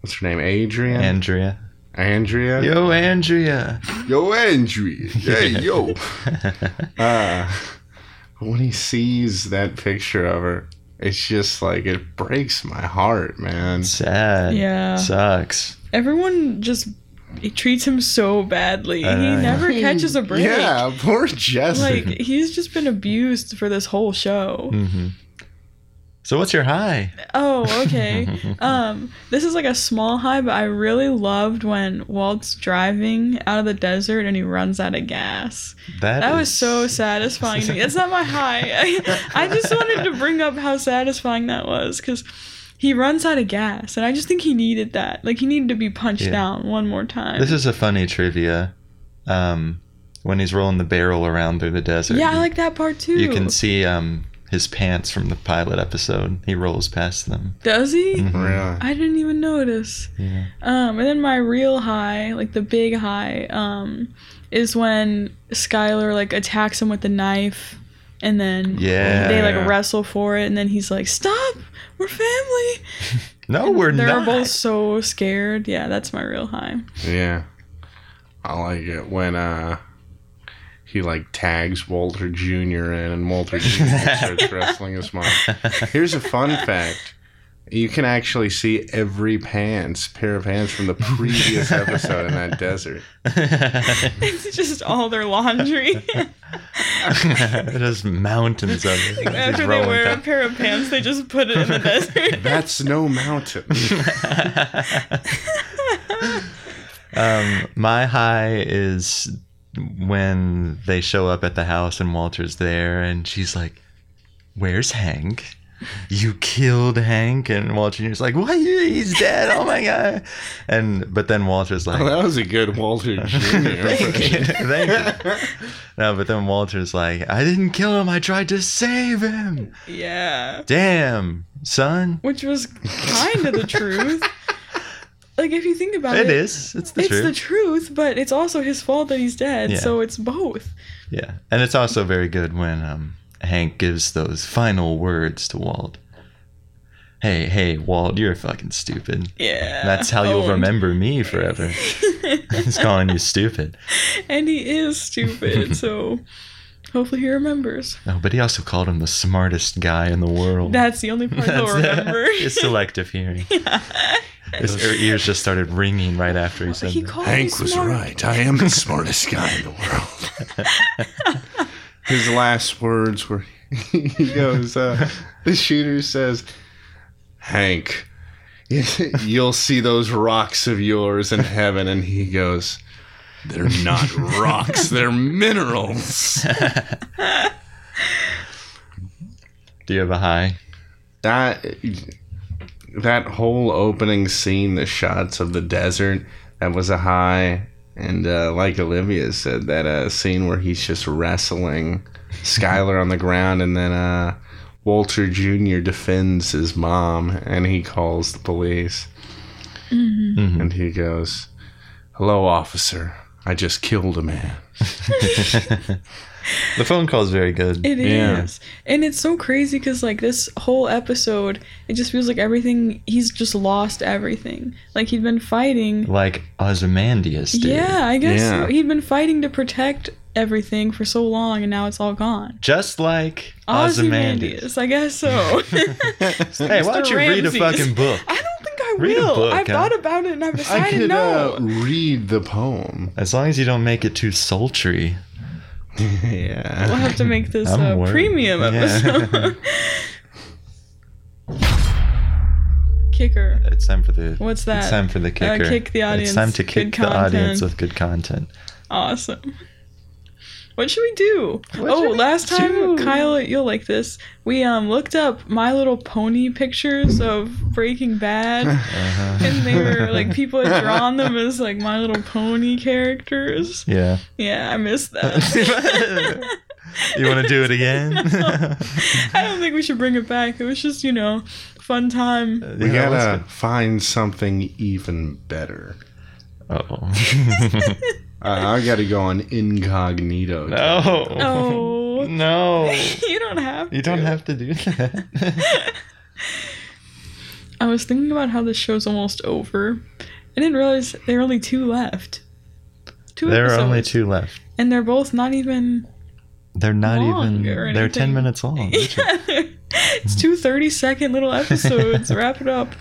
S2: what's her name, Adrian,
S1: Andrea.
S2: Andrea,
S1: Yo, Andrea.
S2: yo, Andrea, hey, yo. Uh, when he sees that picture of her, it's just like it breaks my heart, man.
S1: Sad.
S3: yeah.
S1: Sucks.
S3: Everyone just he treats him so badly.
S1: I know,
S3: he
S1: I
S3: never catches a break.
S2: Yeah, poor Jesse.
S3: Like he's just been abused for this whole show.
S1: hmm So what's your high?
S3: Oh, okay. um, this is like a small high, but I really loved when Walt's driving out of the desert and he runs out of gas. That was
S1: is-
S3: so satisfying. to me. That's not my high. I, I just wanted to bring up how satisfying that was because he runs out of gas, and I just think he needed that. Like he needed to be punched
S1: Yeah.
S3: down one more time.
S1: This is a funny trivia. Um, when he's rolling the barrel around through the desert.
S3: yeah, I
S1: you-
S3: like that part too.
S1: You can see um his pants from the pilot episode. He rolls past them.
S3: Does he?
S2: Really.
S3: I didn't even notice.
S1: Mm-hmm. Yeah.
S3: Um, and then my real high, like the big high, um, is when Skylar like attacks him with the knife, and then
S1: Yeah.
S3: they like
S2: Yeah.
S3: wrestle for it, and then he's like, "Stop, we're family."
S1: No, Oh, we're
S3: They're
S1: not.
S3: both so scared. Yeah, that's my real high.
S2: Yeah. I like it when uh he like tags Walter Jr. in and Walter Jr. starts wrestling his mom. Here's a fun fact. You can actually see every pants, pair of hands from the previous episode in that desert.
S3: It's just all their laundry.
S1: There's mountains of it. Just
S3: After they
S1: rolling
S3: wear a
S1: down.
S3: pair of pants, they just put it in the desert.
S2: That's no mountain.
S1: um, my high is when they show up at the house and Walter's there, and she's like, "Where's Hank? You killed Hank." And Walter Jr.'s like, "What? He's dead! Oh my god!" And but then Walter's like,
S2: that was a good Walter Jr.
S1: Thank you. No, but then Walter's like, I didn't kill him. I tried to save him.
S3: yeah.
S1: Damn, son.
S3: Which was kind of the truth. Like, if you think about it,
S1: It is. It's the
S3: it's
S1: truth.
S3: the truth, but it's also his fault that he's dead.
S1: Yeah.
S3: So it's both.
S1: yeah. And it's also very good when um, Hank gives those final words to Walt. Hey, hey, Walt, you're fucking stupid.
S3: Yeah.
S1: That's how you'll
S3: Owned.
S1: remember me forever. He's calling you stupid.
S3: and he is stupid, so hopefully he remembers.
S1: No, but he also called him the smartest guy in the world.
S3: That's the only part he'll remember.
S1: it's selective hearing. His her ears just started ringing right after he said
S3: he
S1: that.
S3: called me
S2: Hank was
S3: smart.
S2: right. I am the smartest guy in the world. His last words were he goes, uh, the shooter says, Hank, you'll see those rocks of yours in heaven. And he goes, they're not rocks, they're minerals.
S1: Do you have a high?
S2: that that whole opening scene, the shots of the desert, that was a high. And uh, like Olivia said, that uh, scene where he's just wrestling Skylar on the ground, and then uh, Walter Jr. defends his mom, and he calls the police,
S3: Mm-hmm.
S1: Mhm.
S2: and he goes, "Hello, officer. I just killed a man."
S1: The phone call is very good.
S3: It is,
S2: Yeah.
S3: And it's so crazy because, like, this whole episode, it just feels like everything, he's just lost everything. Like, he'd been fighting.
S1: like Ozymandias did.
S3: Yeah, I guess
S2: Yeah.
S3: he'd been fighting to protect everything for so long, and now it's all gone.
S1: Just like Ozymandias.
S3: Ozymandias, I guess so. I
S1: Hey, why don't
S3: Mr.
S1: you read a
S3: Ramses.
S1: fucking book?
S3: don't think I
S1: Read a
S3: will.
S1: book,
S3: I've
S1: huh?
S3: thought about it and I've
S2: I
S3: decided
S2: could
S3: no.
S2: uh, read the poem.
S1: As long as you don't make it too sultry.
S2: yeah.
S3: We'll have to make this
S1: I'm
S3: uh,
S1: worried.
S3: premium
S1: Yeah.
S3: episode. Kicker.
S1: It's time for the
S3: What's
S1: It's
S3: that? Uh,
S1: time for the kicker.
S3: kick the audience
S1: It's time to
S3: with
S1: kick
S3: good
S1: the audience
S3: content.
S1: with good content.
S3: Awesome. What should we do?
S1: What
S3: oh,
S1: should we
S3: last time
S1: do?
S3: Kyle, you'll like this. We um looked up My Little Pony pictures of Breaking Bad,
S1: Uh-huh.
S3: and they were like people had drawn them as like My Little Pony characters.
S1: Yeah.
S3: Yeah, I missed that.
S1: You want to do it again?
S3: I don't think we should bring it back. It was just you know, fun time.
S2: We
S1: Yeah, let's
S2: gotta find something even better.
S1: go- Uh-oh.
S2: I I gotta go on incognito.
S1: no.
S3: Oh,
S1: No.
S3: you don't have.
S1: You don't have to do that.
S3: I was thinking about how this show's almost over. I didn't realize there are only two left. Two
S1: there are
S3: episodes,
S1: only two left.
S3: and they're both not even.
S1: They're not
S3: Long
S1: even.
S3: or
S1: They're ten
S3: anything.
S1: minutes long.
S3: it's two 30 second little episodes. Wrap it up.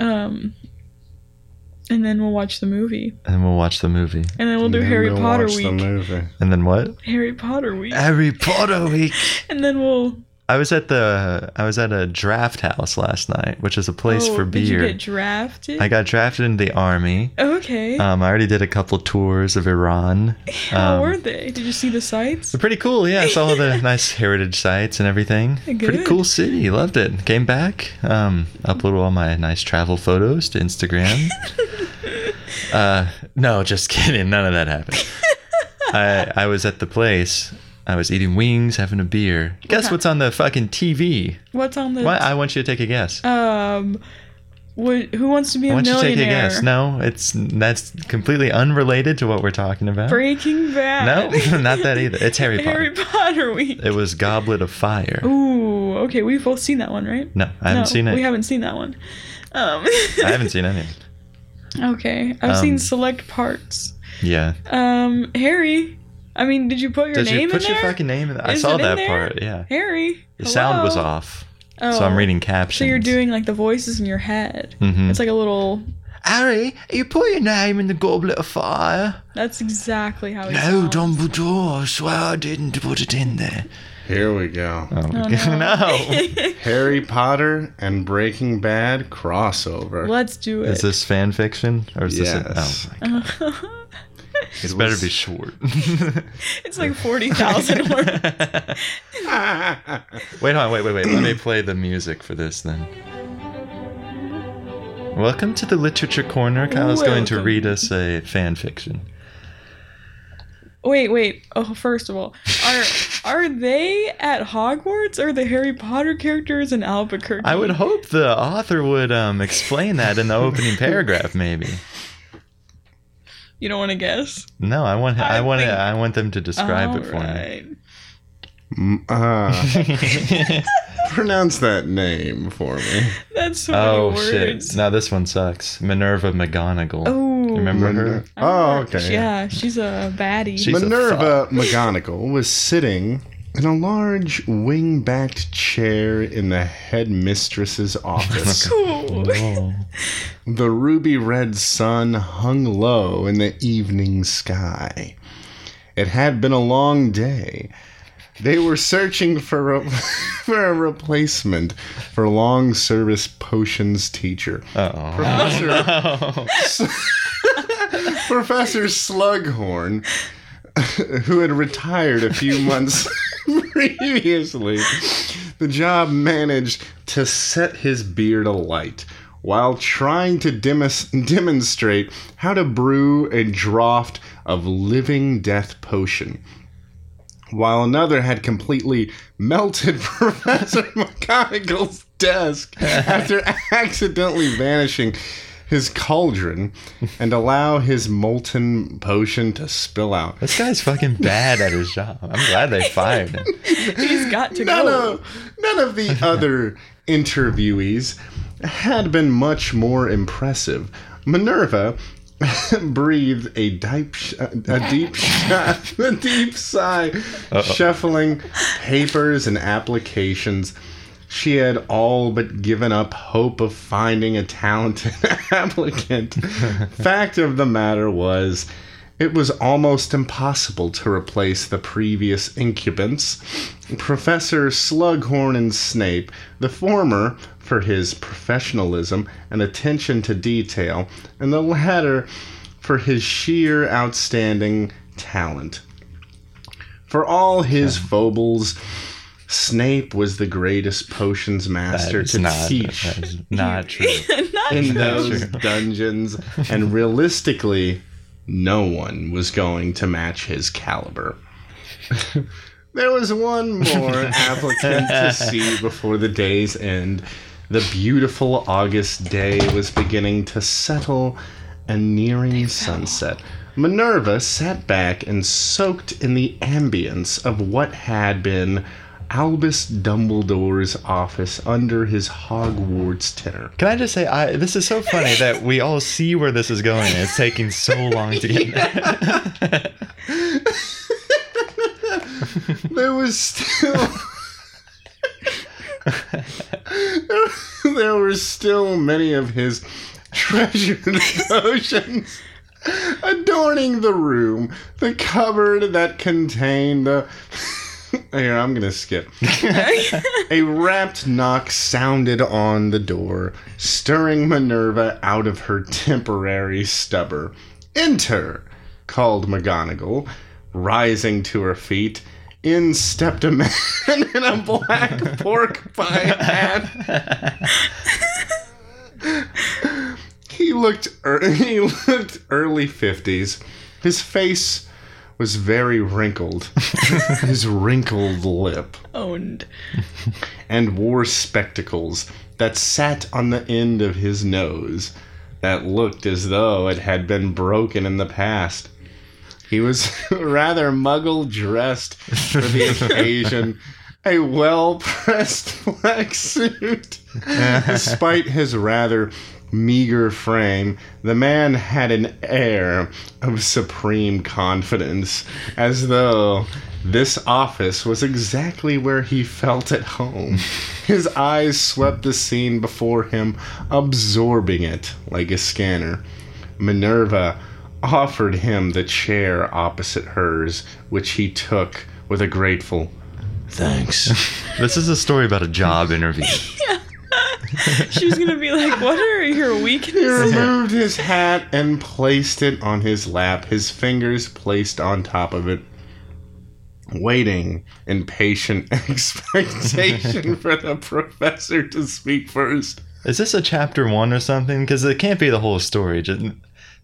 S3: Um, and then we'll watch the movie,
S1: And we'll watch the movie.
S3: and then we'll do Harry Potter week.
S1: And then what?
S3: Harry Potter week,
S1: Harry Potter week.
S3: and then we'll.
S1: I was at the I was at a draft house last night, which is a place
S3: oh,
S1: for
S3: did you
S1: beer.
S3: get drafted?
S1: I got drafted into the army.
S3: okay.
S1: Um, I already did a couple tours of Iran.
S3: How
S1: um,
S3: were they? Did you see the sights?
S1: They're pretty cool, yeah. I saw all the nice heritage sites and everything. Pretty
S3: Good.
S1: cool city. Loved it. Came back, um, uploaded all my nice travel photos to Instagram. uh, no, just kidding. None of that happened. I I was at the place. I was eating wings, having a beer. Guess
S3: Okay.
S1: what's on the fucking TV?
S3: What's on the
S1: Why? I want you to take a guess.
S3: um what, who wants to be a
S1: Why don't you
S3: millionaire?
S1: take a guess? No, it's that's completely unrelated to what we're talking about.
S3: Breaking
S1: no,
S3: Bad.
S1: not that either. It's Harry Potter.
S3: Harry Potter week.
S1: It was Goblet of Fire.
S3: Ooh, okay, we've both seen that one, right?
S1: No, I haven't
S3: no,
S1: seen it.
S3: We haven't seen that one. Um,
S1: I haven't seen any.
S3: Okay, I've
S1: Um,
S3: seen select parts.
S1: Yeah.
S3: Um, Harry, I mean, did you put your
S1: Did
S3: name
S1: you put
S3: in
S1: your
S3: there?
S1: fucking name in? I
S3: Is
S1: saw
S3: it in
S1: that
S3: there?
S1: part. Yeah.
S3: Harry.
S1: The sound was
S3: hello?
S1: off.
S3: Oh,
S1: so I'm reading captions.
S3: So you're doing like the voices in your head.
S1: Mhm.
S3: It's like a little.
S1: Harry, you put your name in the goblet of fire.
S3: That's exactly how. He
S1: No,
S3: sounds.
S1: Dumbledore, I swear I didn't put it in there.
S2: Here we go.
S1: Oh, my
S3: Oh,
S1: God, no.
S2: Harry Potter and Breaking Bad crossover.
S3: Let's do
S1: Is
S3: it. Uh-huh.
S1: this fan fiction or is this?
S2: Yes.
S1: A, oh my god! It better be short.
S3: it's like forty thousand words.
S1: Wait, hold on, wait, wait, wait. Let me play the music for this then. Welcome to the Literature Corner. Kyle's going to
S3: Welcome.
S1: read us a fan fiction.
S3: Wait, wait. Oh, first of all, are are they at Hogwarts or the Harry Potter characters in Albuquerque?
S1: I would hope the author would um, explain that in the opening paragraph, maybe.
S3: You don't want to guess.
S1: No, I want I,
S3: I
S1: want
S3: think-
S1: I want them to describe it for
S3: Alright.
S2: Mm, ah,
S1: me.
S2: pronounce that name for me.
S3: That's so
S1: oh
S3: many
S1: shit!
S3: words.
S1: No, this one sucks. Minerva McGonagall.
S3: Oh.
S1: Remember her?
S3: I
S2: Oh,
S3: remember-
S2: okay.
S3: Yeah, she's a baddie.
S1: She- She's a
S2: Minerva McGonagall was sitting in a large wing-backed chair in the headmistress's office.
S3: cool.
S1: Oh.
S2: The ruby red sun hung low in the evening sky. It had been a long day. They were searching for a, for a replacement for long service potions teacher.
S1: Uh-oh.
S2: Professor
S1: Oh.
S2: Professor Slughorn, who had retired a few months previously, the job managed to set his beard alight while trying to demis- demonstrate how to brew a draught of living death potion. While another had completely melted Professor McGonagall's desk after accidentally vanishing his cauldron and allow his molten potion to spill out.
S1: This guy's fucking bad at his job. I'm glad they fired him.
S3: He's got to
S2: None
S3: go.
S2: of none of the other interviewees had been much more impressive. Minerva breathed a deep, sh- a deep, sh- a deep sigh, shuffling papers and applications. She had all but given up hope of finding a talented applicant. Fact of the matter was, it was almost impossible to replace the previous incumbents. Professor Slughorn and Snape, the former for his professionalism and attention to detail, and the latter for his sheer outstanding talent. For all his foibles, Snape was the greatest potions
S1: That
S2: master
S1: is
S2: to
S1: not,
S2: teach
S1: that is not true.
S3: Not
S2: in
S1: That's
S2: those dungeons, and realistically, no one was going to match his caliber. there was one more applicant to see before the day's end. The beautiful August day was beginning to settle and nearing sunset. Minerva sat back and soaked in the ambience of what had been Albus Dumbledore's office under his Hogwarts tenor.
S1: Can I just say, I, this is so funny that we all see where this is going and it's taking so long to get there.
S2: there was still there were still many of his treasured potions adorning the room the cupboard that contained the here i'm gonna skip a rapt knock sounded on the door, stirring Minerva out of her temporary stupor. Enter, called McGonagall, rising to her feet. In stepped a man in a black porcupine hat. he looked ear he looked early fifties. His face was very wrinkled. His wrinkled lip
S3: owned.
S2: and wore spectacles that sat on the end of his nose, that looked as though it had been broken in the past. He was rather muggle dressed for the occasion, a well pressed black suit. Despite his rather meager frame, the man had an air of supreme confidence, as though This office was exactly where he felt at home. His eyes swept the scene before him, absorbing it like a scanner. Minerva offered him the chair opposite hers, which he took with a grateful thanks.
S1: This is a story about a job interview.
S3: She's gonna be like, "What are your
S2: He
S3: weaknesses?"
S2: removed his hat and placed it on his lap, his fingers placed on top of it, waiting in patient expectation for the professor to speak first.
S1: Is this a chapter one or something? Because it can't be the whole story. Just,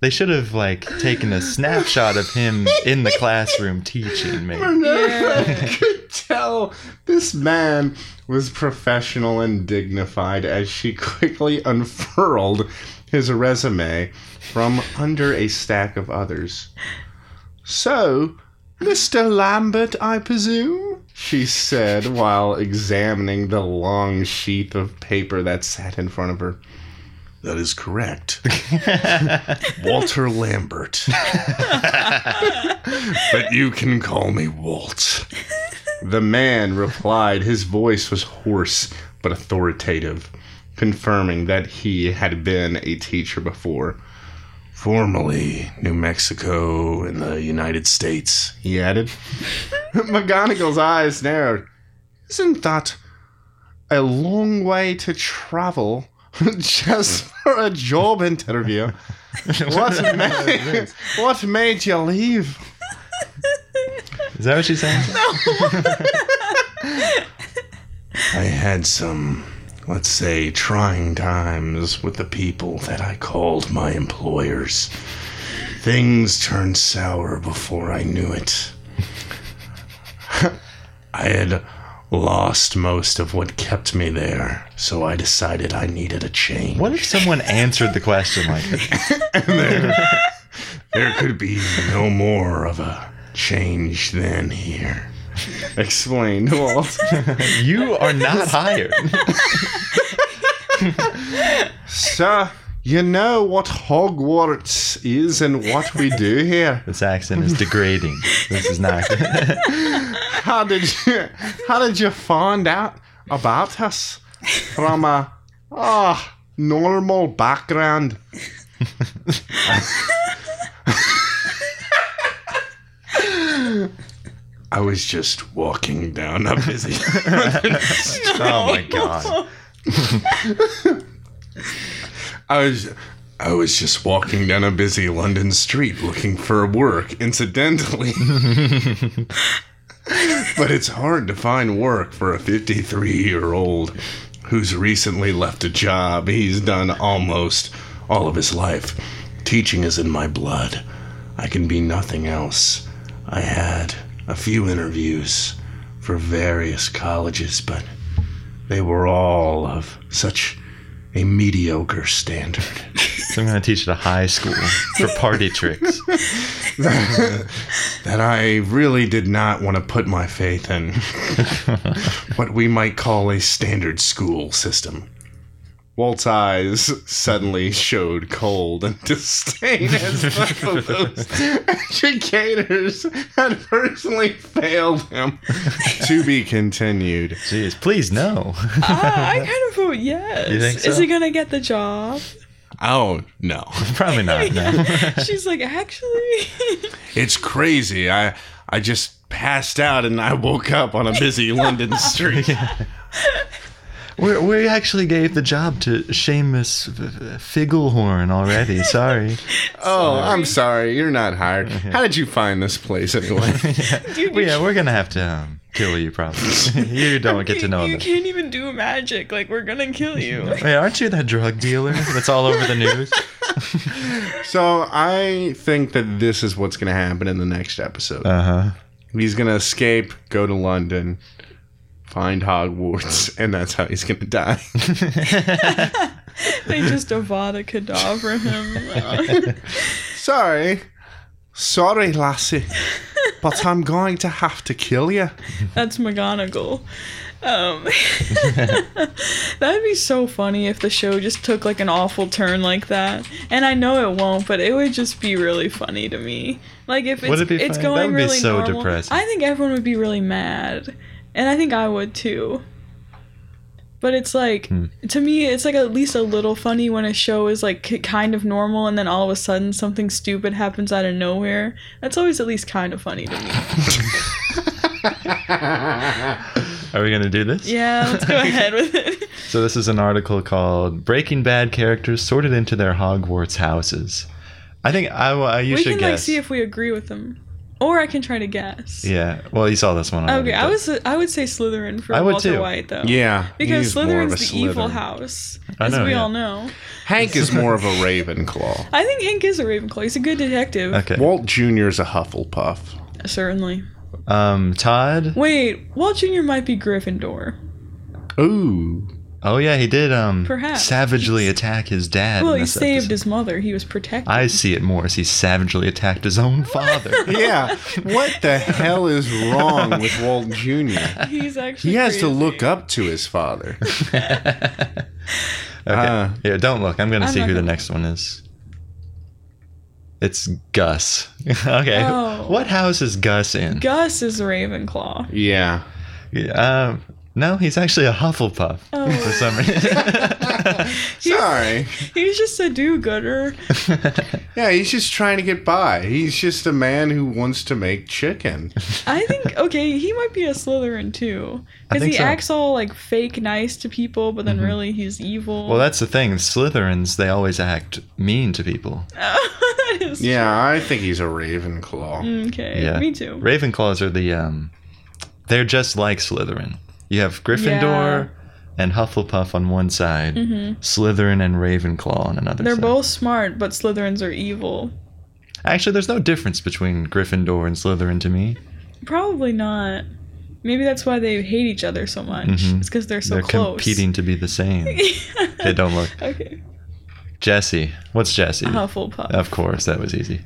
S1: they should have like taken a snapshot of him in the classroom teaching. Maybe.
S2: Minerva could tell this man was professional and dignified as she quickly unfurled his resume from under a stack of others. So, Mr. Lambert, I presume? She said while examining the long sheath of paper that sat in front of her. That is correct. Walter Lambert. But you can call me Walt. the man replied. His voice was hoarse but authoritative, confirming that he had been a teacher before. Formerly New Mexico and the United States, he added. McGonagall's eyes narrowed. Isn't that a long way to travel just for a job interview? What, ma- what made you leave?
S1: Is that what she's saying?
S2: I had some, let's say, trying times with the people that I called my employers. Things turned sour before I knew it. I had lost most of what kept me there, so I decided I needed a change.
S1: What if someone answered the question like that?
S2: There could be no more of a change than here. Explained Walt.
S1: You are not hired.
S2: Sir, you know what Hogwarts is and what we do here.
S1: This accent is degrading. This is not good.
S2: How did you how did you find out about us from a ah normal background? I was just walking down a busy.
S1: Oh my god.
S2: I was I was just walking down a busy London street looking for work, incidentally. but it's hard to find work for a 53-year-old who's recently left a job he's done almost all of his life. Teaching is in my blood. I can be nothing else. I had a few interviews for various colleges, but they were all of such a mediocre standard.
S1: So I'm gonna teach at a high school for party tricks.
S2: that I really did not want to put my faith in what we might call a standard school system. Walt's eyes suddenly showed cold and disdain as both of those educators had personally failed him. to be continued.
S1: Jeez, please no.
S3: Ah, I kind of vote yes.
S1: You think
S3: Is
S1: so?
S3: he gonna get the job?
S2: Oh, no.
S1: Probably not. No.
S3: She's like, actually,
S2: It's crazy. I I just passed out and I woke up on a busy London street.
S1: We're, we actually gave the job to Seamus F- Figglehorn already. Sorry.
S2: Oh, I'm sorry. You're not hired. How did you find this place anyway?
S3: dude,
S1: Well,
S3: you
S1: yeah, we're gonna have to um, kill you probably. you don't get to know
S3: You
S1: them.
S3: can't even do magic. Like we're gonna kill you.
S1: Wait, aren't you that drug dealer that's all over the news?
S2: so I think that this is what's going to happen in the next episode.
S3: Uh-huh.
S1: Uh huh.
S2: he's going to escape, go to London, find Hogwarts, and that's how he's going to die.
S3: they just Avada Kedavra him.
S2: sorry. Sorry, lassie. but I'm going to have to kill you.
S3: That's McGonagall. Um, that'd be so funny if the show just took like an awful turn like that. And I know it won't, but it would just be really funny to me. Like if it's,
S1: Would it be funny?
S3: it's
S1: That
S3: going
S1: would be
S3: really
S1: so
S3: normal,
S1: depressing.
S3: I think everyone would be really mad, and I think I would too. But it's like
S1: Hmm.
S3: to me, it's like at least a little funny when a show is like k- kind of normal, and then all of a sudden something stupid happens out of nowhere. That's always at least kind of funny to me.
S1: Are we going to do this?
S3: Yeah, let's go ahead with it.
S1: So this is an article called "Breaking Bad Characters Sorted into Their Hogwarts Houses." I think I, I you
S3: we
S1: should
S3: can
S1: guess.
S3: like see if we agree with them, or I can try to guess.
S1: yeah. Well, you saw this one. Already,
S3: Okay, I
S1: but-
S3: was I would say Slytherin for
S1: I would
S3: Walter
S1: too.
S3: White though.
S2: Yeah,
S3: Because
S2: he's more of
S3: Slytherin's
S2: a
S3: the evil
S2: Slytherin.
S3: house,
S1: I
S3: as
S1: know,
S3: we
S1: yeah.
S3: all know.
S2: Hank is more of a Ravenclaw.
S3: I think Hank is a Ravenclaw. He's a good detective,
S1: Okay.
S2: Walt Jr. is a Hufflepuff.
S3: certainly.
S1: Um, Todd.
S3: Wait, Walt Jr. might be Gryffindor.
S2: Ooh.
S1: Oh yeah, he did. Um,
S3: Perhaps.
S1: savagely attack his dad.
S3: Well,
S1: in
S3: he
S1: this
S3: saved
S1: episode.
S3: his mother. He was protected.
S1: I see it more as he savagely attacked his own father.
S2: Yeah. What the hell is wrong with Walt Jr.?
S3: He's actually.
S2: He has to
S3: crazy.
S2: look up to his father.
S1: Okay.
S2: Uh.
S1: Here, don't look. I'm gonna
S3: I'm
S1: see
S3: not
S1: who the
S3: gonna-
S1: next one is. It's Gus. okay.
S3: Oh.
S1: What house is Gus in?
S3: Gus is Ravenclaw.
S2: Yeah.
S1: um, no, he's actually a Hufflepuff for
S3: Oh,
S1: some reason.
S2: Sorry.
S3: he's just a do-gooder.
S2: Yeah, he's just trying to get by. He's just a man who wants to make chicken.
S3: I think okay, he might be a Slytherin too,
S1: I
S3: because
S1: think
S3: he
S1: so. Mm-hmm.
S3: acts all like fake nice to people, but then really he's evil.
S1: well, that's the thing. Slytherins, they always act mean to people.
S3: that is Mm,
S2: Yeah, I think he's a Ravenclaw.
S3: okay.
S1: Yeah.
S3: Me too.
S1: Ravenclaws are the um, they're just like Slytherin. You have Gryffindor and Hufflepuff on one side, Slytherin and Ravenclaw on another.
S3: Mm-hmm. They're
S1: side.
S3: both smart, but Slytherins are evil.
S1: Actually, there's no difference between Gryffindor and Slytherin to me.
S3: Probably not. Maybe that's why they hate each other so much.
S1: Mhm.
S3: It's because they're so
S1: They're
S3: close.
S1: competing to be the same. they
S3: they
S1: don't look.
S3: Okay.
S1: Jesse, what's Jesse?
S3: Hufflepuff.
S1: Of course, that was easy.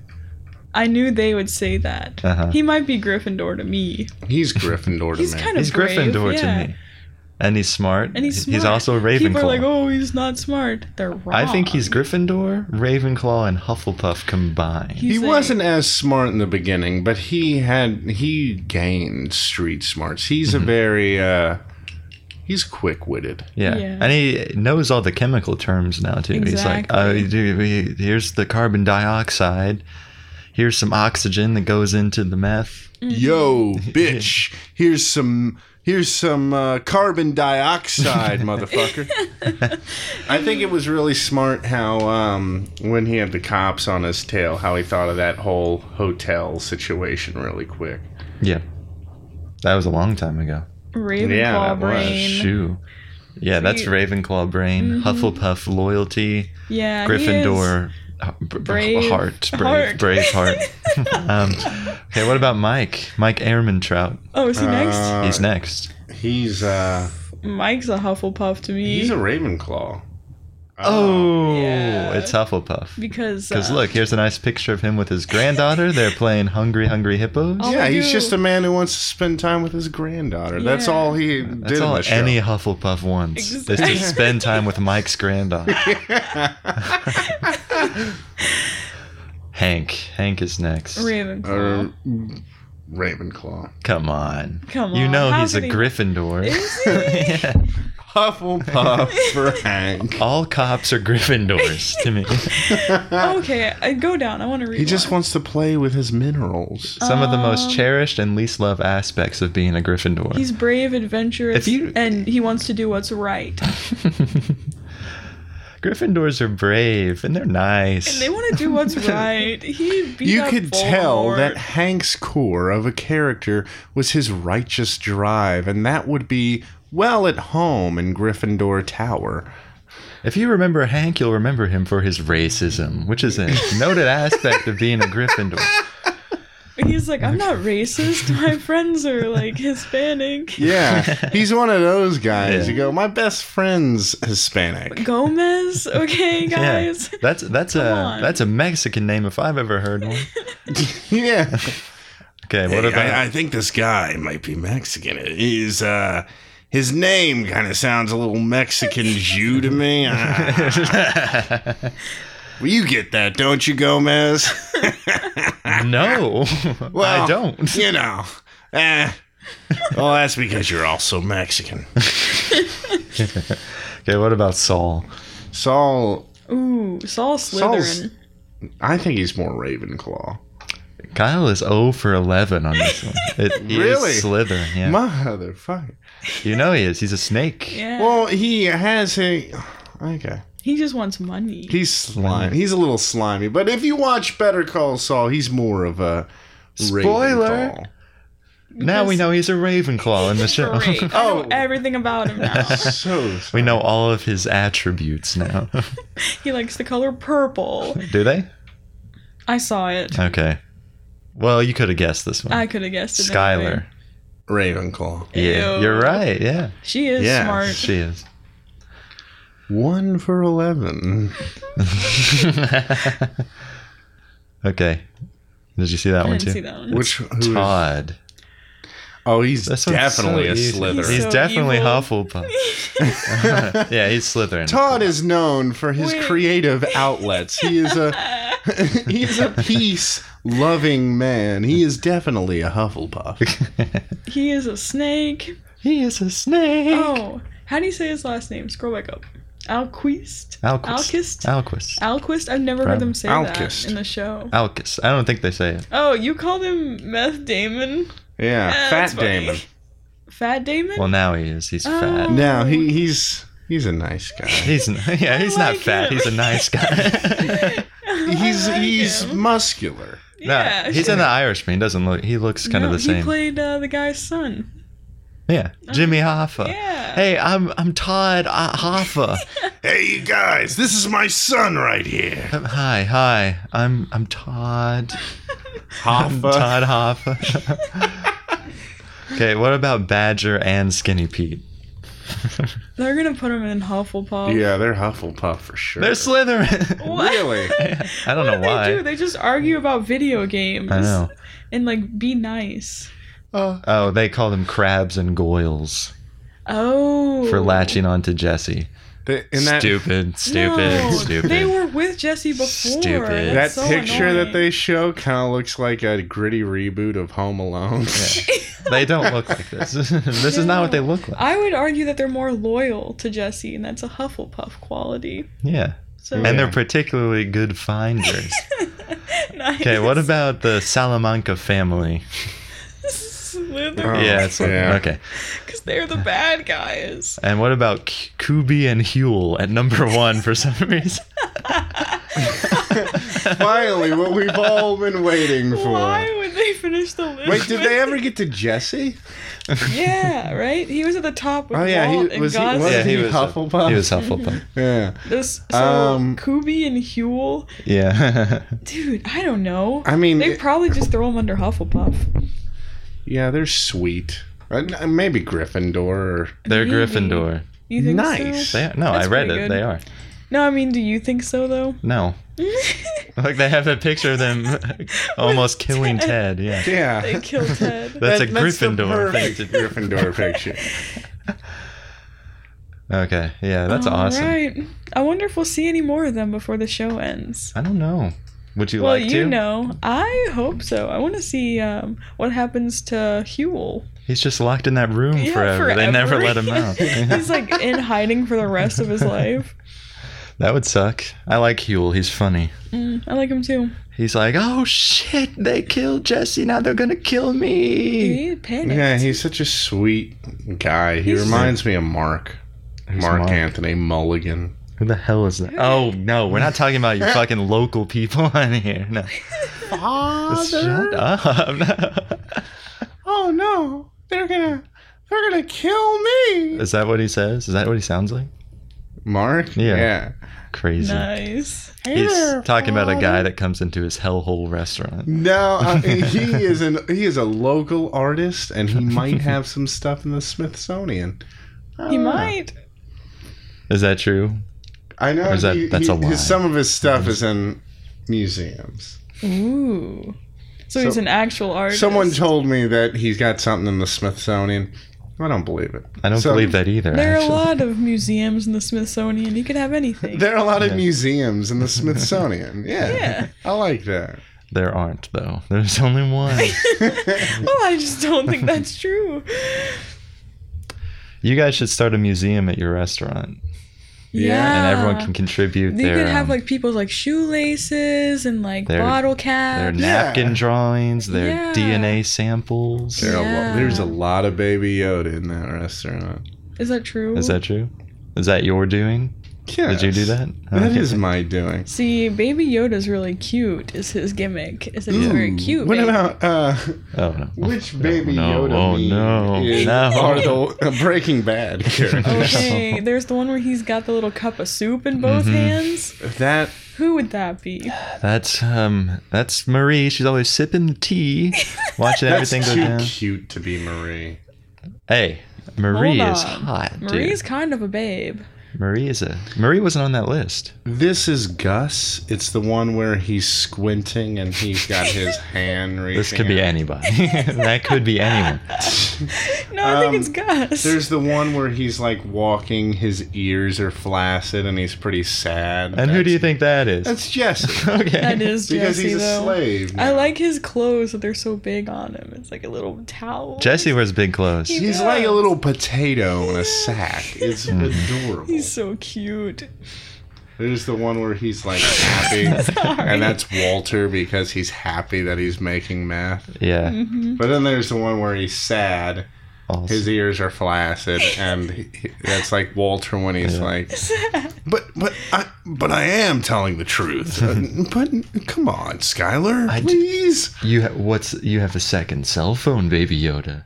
S3: I knew they would say that.
S1: Uh-huh.
S3: He might be Gryffindor to me.
S2: He's Gryffindor to
S3: He's
S2: me.
S3: kind of
S1: He's Gryffindor
S3: yeah.
S1: to me, and he's smart.
S3: And he's smart.
S1: He's also a Ravenclaw.
S3: People are like, oh, he's not smart. They're wrong.
S1: I think he's Gryffindor, Ravenclaw, and Hufflepuff combined.
S3: He's
S2: he
S3: a-
S2: wasn't as smart in the beginning, but he had he gained street smarts. He's a very uh he's quick-witted.
S1: yeah.
S3: yeah.
S1: and he knows all the chemical terms now too. He's like, oh,
S3: Exactly.
S1: do we- here's the carbon dioxide. Here's some oxygen that goes into the meth.
S2: Yo, bitch. Here's some here's some uh, carbon dioxide, motherfucker. I think it was really smart how um, when he had the cops on his tail, how he thought of that whole hotel situation really quick.
S1: Yeah, that was a long time ago.
S3: Ravenclaw
S2: Yeah, that was.
S3: brain.
S1: Shoo. Yeah, that's
S3: See-
S1: Ravenclaw brain, Hufflepuff loyalty,
S3: Yeah, he Mm-hmm. is.
S1: Gryffindor h- b- b-
S3: Brave
S1: heart, brave,
S3: heart.
S1: brave heart. um, okay, what about Mike? Mike Ehrmantraut.
S3: Oh, is he next?
S2: Uh,
S1: He's next.
S2: he's uh
S3: Mike's a Hufflepuff to me.
S2: he's a Ravenclaw. Uh,
S1: Oh,
S3: yeah.
S1: it's Hufflepuff.
S3: because
S1: Because
S3: uh,
S1: look, here's a nice picture of him with his granddaughter. They're playing Hungry Hungry Hippos.
S3: Oh,
S2: yeah,
S3: I
S2: he's
S3: do.
S2: just a man who wants to spend time with his granddaughter. That's
S3: Yeah.
S2: all he did
S1: That's
S2: in
S1: all
S2: the show.
S1: any Hufflepuff wants
S3: Exactly.
S1: is to spend time with Mike's granddaughter. Hank. Hank is next.
S3: Ravenclaw.
S2: Uh, Ravenclaw.
S1: Come on.
S3: Come
S1: You
S3: on,
S1: know
S3: how
S1: he's a
S3: could he-
S1: Gryffindor.
S3: Is
S2: Hufflepuff for Hank.
S1: All cops are Gryffindors to me.
S3: okay, I go down. I want to read.
S2: He just
S3: one.
S2: wants to play with his minerals.
S1: Some of the most
S3: Um,
S1: cherished and least loved aspects of being a Gryffindor.
S3: He's brave, adventurous,
S1: If you-
S3: and he wants to do what's right.
S1: Gryffindors are brave and they're nice.
S3: And they want to do what's right. He beat
S2: You
S3: up
S2: could tell
S3: Voldemort.
S2: that Hank's core of a character was his righteous drive, and that would be well at home in Gryffindor Tower.
S1: if you remember Hank, you'll remember him for his racism, which is a noted aspect of being a Gryffindor.
S3: he's like, I'm not racist. My friends are like Hispanic.
S2: Yeah, he's one of those guys.
S1: Yeah.
S2: You go, my best friend's Hispanic.
S3: Gomez, okay,
S1: Yeah,
S3: guys.
S1: that's that's a
S3: on.
S1: that's a Mexican name if I've ever heard one.
S2: Yeah.
S1: Okay, what
S4: Hey,
S1: about
S4: I, I think this guy might be Mexican. He's uh his name kind of sounds a little Mexican Jew to me. Ah, well, you get that, don't you, Gomez?
S1: no?
S4: Well,
S1: I don't.
S4: You know. Eh. Well, that's because you're also Mexican.
S1: Okay, what about Saul?
S2: Saul,
S3: Ooh, Saul
S2: Saul's-
S3: Slytherin.
S2: I think he's more Ravenclaw.
S1: Kyle is 0 for 11 on this one. It he is
S2: Really?
S1: Slytherin. Yeah.
S2: Motherfucker.
S1: you know he is. He's a snake.
S3: Yeah.
S2: Well, he has a. Okay.
S3: he just wants money.
S2: He's slimy. He's a little slimy. But if you watch Better Call Saul, he's more of a.
S1: Spoiler.
S2: Ravenclaw.
S1: Now we know he's a Ravenclaw in the show.
S3: Great. I
S2: Oh.
S3: know everything about him now.
S2: So.
S1: we know all of his attributes now.
S3: he likes the color purple.
S1: Do they?
S3: I saw it.
S1: Okay. Well, you could have guessed this one.
S3: I could have guessed it.
S1: Skylar.
S3: anyway.
S2: Ravenclaw.
S1: Yeah,
S3: Ew.
S1: you're right. Yeah,
S3: She is
S2: Yeah,
S3: smart.
S1: she is.
S2: One for 11.
S1: okay. Did you see that
S3: I
S1: one
S3: didn't
S1: too?
S3: see that one.
S2: Which. who is-
S1: Todd.
S2: oh, he's
S1: This one's
S2: definitely
S1: so
S2: a
S1: easy.
S2: Slytherin.
S1: He's
S3: So
S1: definitely
S3: evil.
S1: Hufflepuff. yeah, he's Slytherin.
S2: Todd is known for his
S3: Wait.
S2: creative outlets. He is a he's a peace loving man. He is definitely a Hufflepuff.
S3: He is a snake.
S1: he is a snake.
S3: Oh, how do you say his last name? Scroll back up. Alquist.
S1: Alquist. Alquist.
S3: Alquist. I've never
S1: Right.
S3: heard them say
S2: Alquist.
S3: that in the show.
S1: Alquist. I don't think they say it.
S3: Oh, you called him Meth Damon.
S2: Yeah,
S3: Yeah, that's
S2: Fat
S3: funny.
S2: Damon.
S3: Fat Damon.
S1: Uh, Well, now he is. He's fat.
S3: Oh.
S2: Now he he's he's a nice guy.
S1: He's n- yeah. He's not
S3: like
S1: fat.
S3: him.
S1: He's a nice guy.
S2: He's
S3: I like
S2: he's
S3: him.
S2: muscular.
S1: no, he's in the Irishman. He doesn't look. He looks kind
S3: No,
S1: of the same.
S3: He played uh, the guy's son.
S1: yeah, Jimmy Hoffa.
S3: Oh. Yeah.
S1: Hey, I'm I'm Todd uh, Hoffa.
S4: Hey, you guys, this is my son right here.
S1: Um, hi, hi. I'm I'm Todd. I'm
S2: Hoffa.
S1: Todd Hoffa. okay, what about Badger and Skinny Pete?
S3: They're gonna put him in Hufflepuff.
S2: Yeah, they're Hufflepuff for sure.
S1: They're Slytherin.
S3: What?
S2: really?
S1: I don't
S3: What
S1: know
S3: do
S1: why.
S3: they do? They just argue about video games.
S1: I know.
S3: And like be nice.
S2: Uh,
S1: Oh, they call them crabs and goyles
S3: Oh.
S1: for latching onto Jesse.
S2: They- in that
S1: stupid, stupid,
S3: No,
S1: stupid.
S3: They were with Jesse before.
S1: Stupid.
S3: That's
S2: that
S3: so
S2: picture that
S3: annoying.
S2: they show kind of looks like a gritty reboot of Home Alone.
S1: They don't look like this. this is not what they look like.
S3: I would argue that they're more loyal to Jesse, and that's a Hufflepuff quality.
S1: Yeah.
S3: So
S1: And they're
S2: Yeah.
S1: particularly good finders.
S3: nice.
S1: Okay, what about the Salamanca family?
S3: Slytherin?
S2: Oh,
S1: yeah, it's
S2: yeah.
S1: okay.
S3: Because they're the bad guys.
S1: And what about K- Kubi and Huel at number one for some reason?
S2: Finally, what we've all been waiting for.
S3: Why would they finish the list?
S2: Wait, did
S3: with-
S2: they ever get to Jesse?
S3: Yeah, right. He was at the top with
S2: Oh, yeah, he-
S3: Walt and
S2: was he-
S3: Gosling.
S2: was
S1: yeah, he
S2: he
S1: was
S2: Hufflepuff?
S1: He was Hufflepuff.
S2: Yeah.
S3: This so
S2: Um,
S3: Kubi and Huel,
S1: yeah.
S3: dude. I don't know.
S2: I mean,
S3: they
S2: it-
S3: probably just throw him under Hufflepuff.
S2: yeah, they're sweet. Uh, n- Maybe Gryffindor. Or...
S1: They're
S3: Maybe.
S1: Gryffindor.
S3: You think
S2: Nice.
S3: So?
S1: They are, no,
S3: That's
S1: I read
S3: pretty
S1: it.
S3: good.
S1: They are.
S3: No, I mean, do you think so though?
S1: No. Like they have a picture of them almost killing Ted. Yeah.
S2: Yeah.
S3: they kill Ted.
S1: That's
S2: That-
S1: a
S2: the
S1: Gryffindor thing
S2: perfect
S1: to do.
S2: Gryffindor picture.
S1: Okay. Yeah, that's
S3: All
S1: awesome.
S3: Right. I wonder if we'll see any more of them before the show ends.
S1: I don't know. Would you
S3: well,
S1: like to?
S3: you know, I hope so. I want to see um, what happens to Huel.
S1: He's just locked in that room
S3: Yeah,
S1: Mm, forever. They never let him out.
S3: He's like eh. in hiding for the rest of his life.
S1: that would suck. I like Huel. He's funny.
S3: Mm, I like him too.
S1: He's like, oh shit, they killed Jesse. Now they're gonna kill me.
S3: He panicked.
S2: Yeah, he's such a sweet guy. He reminds me of Mark. Mark,
S1: Mark?
S2: Anthony Mulligan.
S1: Who the hell is that? Oh no, we're not talking about your fucking local people on here. No, shut up.
S2: Oh no, they're gonna, they're gonna kill me.
S1: is that what he says? Is that what he sounds like?
S2: Mark.
S1: Yeah.
S2: Yeah.
S1: Crazy.
S3: Nice.
S1: He's talking about a guy that comes into his hellhole restaurant.
S2: No, I mean, he is an he is a local artist, and he might have some stuff in the Smithsonian. I
S1: Ah.
S3: He
S2: don't know.
S3: might.
S1: Is that true?
S2: I know
S1: Or is that-
S2: he-
S1: that's
S2: he-
S1: a lie?
S2: His, some of his stuff is in museums.
S3: Ooh. So, he's an actual artist.
S2: Someone told me that he's got something in the Smithsonian. I don't believe it.
S1: I don't
S2: So,
S1: believe that either.
S3: There are a
S1: actually.
S3: lot of museums in the Smithsonian. You could have anything.
S2: There are a lot of museums in the Smithsonian. Yeah.
S3: Yeah.
S2: I like that.
S1: There aren't though. There's only one.
S3: well, I just don't think that's true.
S1: you guys should start a museum at your restaurant,
S3: Yeah.
S1: and everyone can contribute
S3: You
S1: their
S3: could have
S1: um,
S3: like people's like shoelaces and like
S1: their-
S3: bottle
S1: their
S3: caps.
S1: napkin drawings, their
S3: Yeah.
S1: DNA samples.
S2: There are a
S3: Yeah.
S2: lo- there's a lot of Baby Yoda in that restaurant.
S3: Is that true?
S1: Is that true? Is that your doing?
S2: Yes.
S1: Did you do that?
S2: That
S1: Okay.
S2: is my doing.
S3: See, Baby Yoda's really cute. Is his gimmick? Is that he's very cute?
S2: What
S3: babe.
S2: about uh,
S1: Oh no.
S2: which Baby
S1: no,
S2: Yoda
S1: oh,
S2: meme
S1: no,
S2: is,
S1: no.
S2: are the uh, Breaking Bad characters?
S3: Okay, there's the one where he's got the little cup of soup in both
S1: Mm-hmm.
S3: hands.
S2: That
S3: Who would that be?
S1: That's um. That's Marie. She's always sipping the tea, watching
S2: that's
S1: everything go
S2: too
S1: down.
S2: cute to be Marie.
S1: Hey, Marie
S3: Hold
S1: is
S3: on.
S1: hot, dude.
S3: Marie's kind of a babe.
S1: Marie is a Marie wasn't on that list.
S2: This is Gus. It's the one where he's squinting and he's got his hand reaching.
S1: This could be
S2: out.
S1: anybody. that could be anyone.
S3: No, I think
S2: Um,
S3: it's Gus.
S2: There's the one where he's like walking, his ears are flaccid, and he's pretty sad.
S1: And who do you think that is?
S2: That's Jesse.
S1: okay.
S3: that is
S2: because
S3: Jesse
S2: he's a
S3: though.
S2: slave.
S3: I
S2: now.
S3: like his clothes that they're so big on him. It's like a little towel.
S1: Jesse wears big clothes.
S3: He-
S2: He's
S3: Yeah.
S2: like a little potato in a sack. It's
S1: Hmm.
S2: adorable.
S3: He's so cute.
S2: There's the one where he's like happy,
S3: Sorry.
S2: and that's Walter because he's happy that he's making meth.
S1: Yeah.
S3: Mm-hmm.
S2: But then there's the one where he's sad,
S1: Also-
S2: his ears are flaccid, and he, that's like Walter when he's like, "But, but, I, but I am telling the truth." Uh, but come on, Skylar,
S1: I d-
S2: please.
S1: you ha- what's you have a second cell phone, Baby Yoda.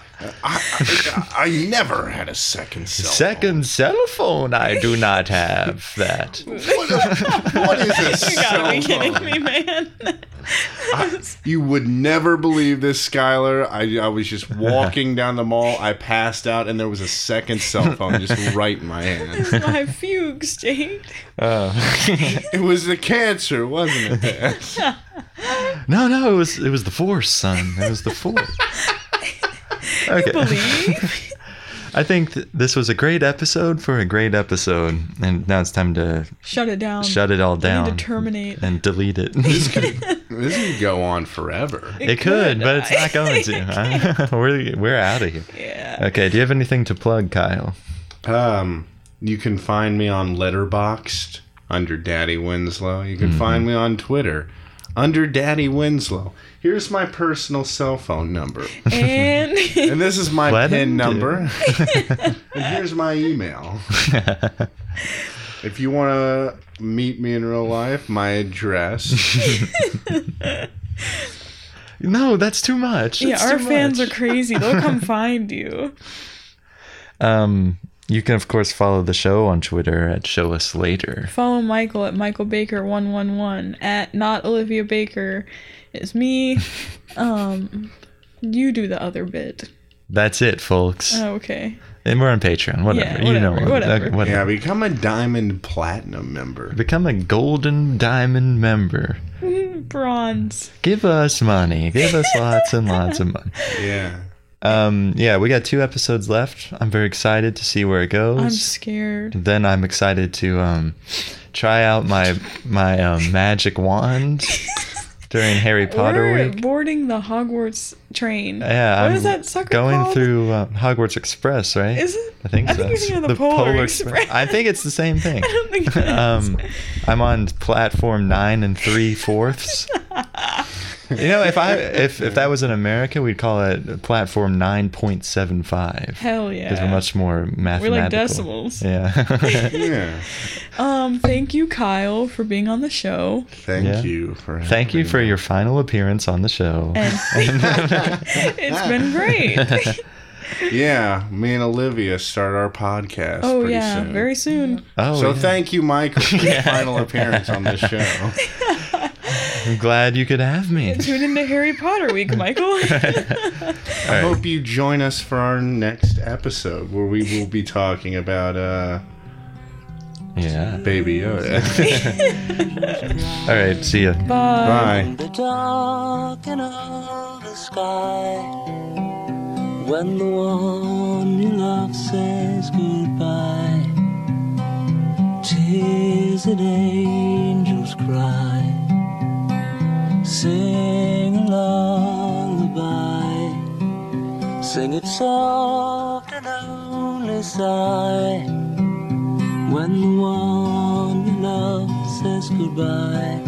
S2: I, I never had a second cell.
S1: second cell phone. I do not have that.
S2: What is a
S3: You gotta
S2: cell
S3: be kidding
S2: phone?
S3: me, man.
S2: You would never believe this, Skylar. I, I was just walking down the mall. I passed out, and there was a second cell phone just right in my hand.
S3: My fugue state.
S1: Oh.
S2: It was the cancer, wasn't it? Beth?
S1: no, no, it was it was the force, son. It was the force. Okay.
S3: Believe.
S1: I think th- this was a great episode for a great episode, and now it's time to
S3: Shut it down.
S1: shut it all
S3: Um, I
S1: down
S3: need to terminate.
S1: and delete it.
S2: This could go on forever.
S1: it could, but it's not going to. we're we're out of here.
S3: Yeah.
S1: Okay, do you have anything to plug, Kyle?
S2: Um, you can find me on Letterboxed under Daddy Winslow. You
S1: Mm-hmm.
S2: can find me on Twitter under Daddy Winslow. Here's my personal cell phone number.
S3: And
S2: And this is my
S1: Let him do it.
S2: PIN number. and here's my email. if you want to meet me in real life, my address.
S1: No, that's too much.
S3: yeah,
S1: That's
S3: our
S1: too
S3: fans
S1: much.
S3: are crazy. They'll come find you.
S1: Um, you can of course follow the show on Twitter at Show Us Later.
S3: Follow Michael at Michael Baker one one one at not Olivia Baker. It's me. Um, you do the other bit.
S1: That's it, folks.
S3: Oh, okay.
S1: and we're on Patreon. Whatever. you know.
S3: whatever, whatever.
S1: Okay, whatever.
S2: yeah, become a Diamond Platinum member.
S1: Become a golden diamond member.
S3: Bronze.
S1: Give us money. Give us lots and lots of money.
S2: Yeah.
S1: Um, yeah, we got two episodes left. I'm very excited to see where it goes.
S3: I'm scared.
S1: then I'm excited to um, try out my my um, magic wand during Harry Potter
S3: We're
S1: week.
S3: boarding the Hogwarts train.
S1: Yeah,
S3: What
S1: I'm
S3: is that sucker
S1: going
S3: called?
S1: through uh, Hogwarts Express, right?
S3: Is it?
S1: I think
S3: I
S1: so.
S3: think you're thinking of the Polar Express.
S1: I think it's the same thing.
S3: I don't think it is.
S1: um, I'm on platform nine and three fourths. you know, if I if if that was in America, we'd call it platform nine point seven five.
S3: Hell
S1: Because
S3: yeah.
S1: we're much more mathematical.
S3: decimals.
S1: Yeah.
S2: Yeah.
S3: um, thank you, Kyle, for being on the show.
S2: Thank
S1: Yeah.
S2: you for
S1: Thank you for your final appearance on the show.
S3: And it's been great.
S2: Yeah, me and Olivia start our podcast
S3: Oh
S2: pretty
S3: yeah,
S2: soon.
S3: very soon.
S1: Oh,
S2: so
S1: yeah.
S2: thank you, Michael, for your final appearance on the show.
S1: I'm glad you could have me.
S3: Tune into Harry Potter week, Michael.
S2: I hope you join us for our next episode where we will be talking about uh
S1: Yeah.
S2: Baby Yoda.
S1: All right. See ya.
S3: Bye.
S2: Bye.
S5: the darkening of the sky when the one you love says goodbye. Tis an angel's cry, sing a lullaby, sing it soft and only sigh when the one you love says goodbye.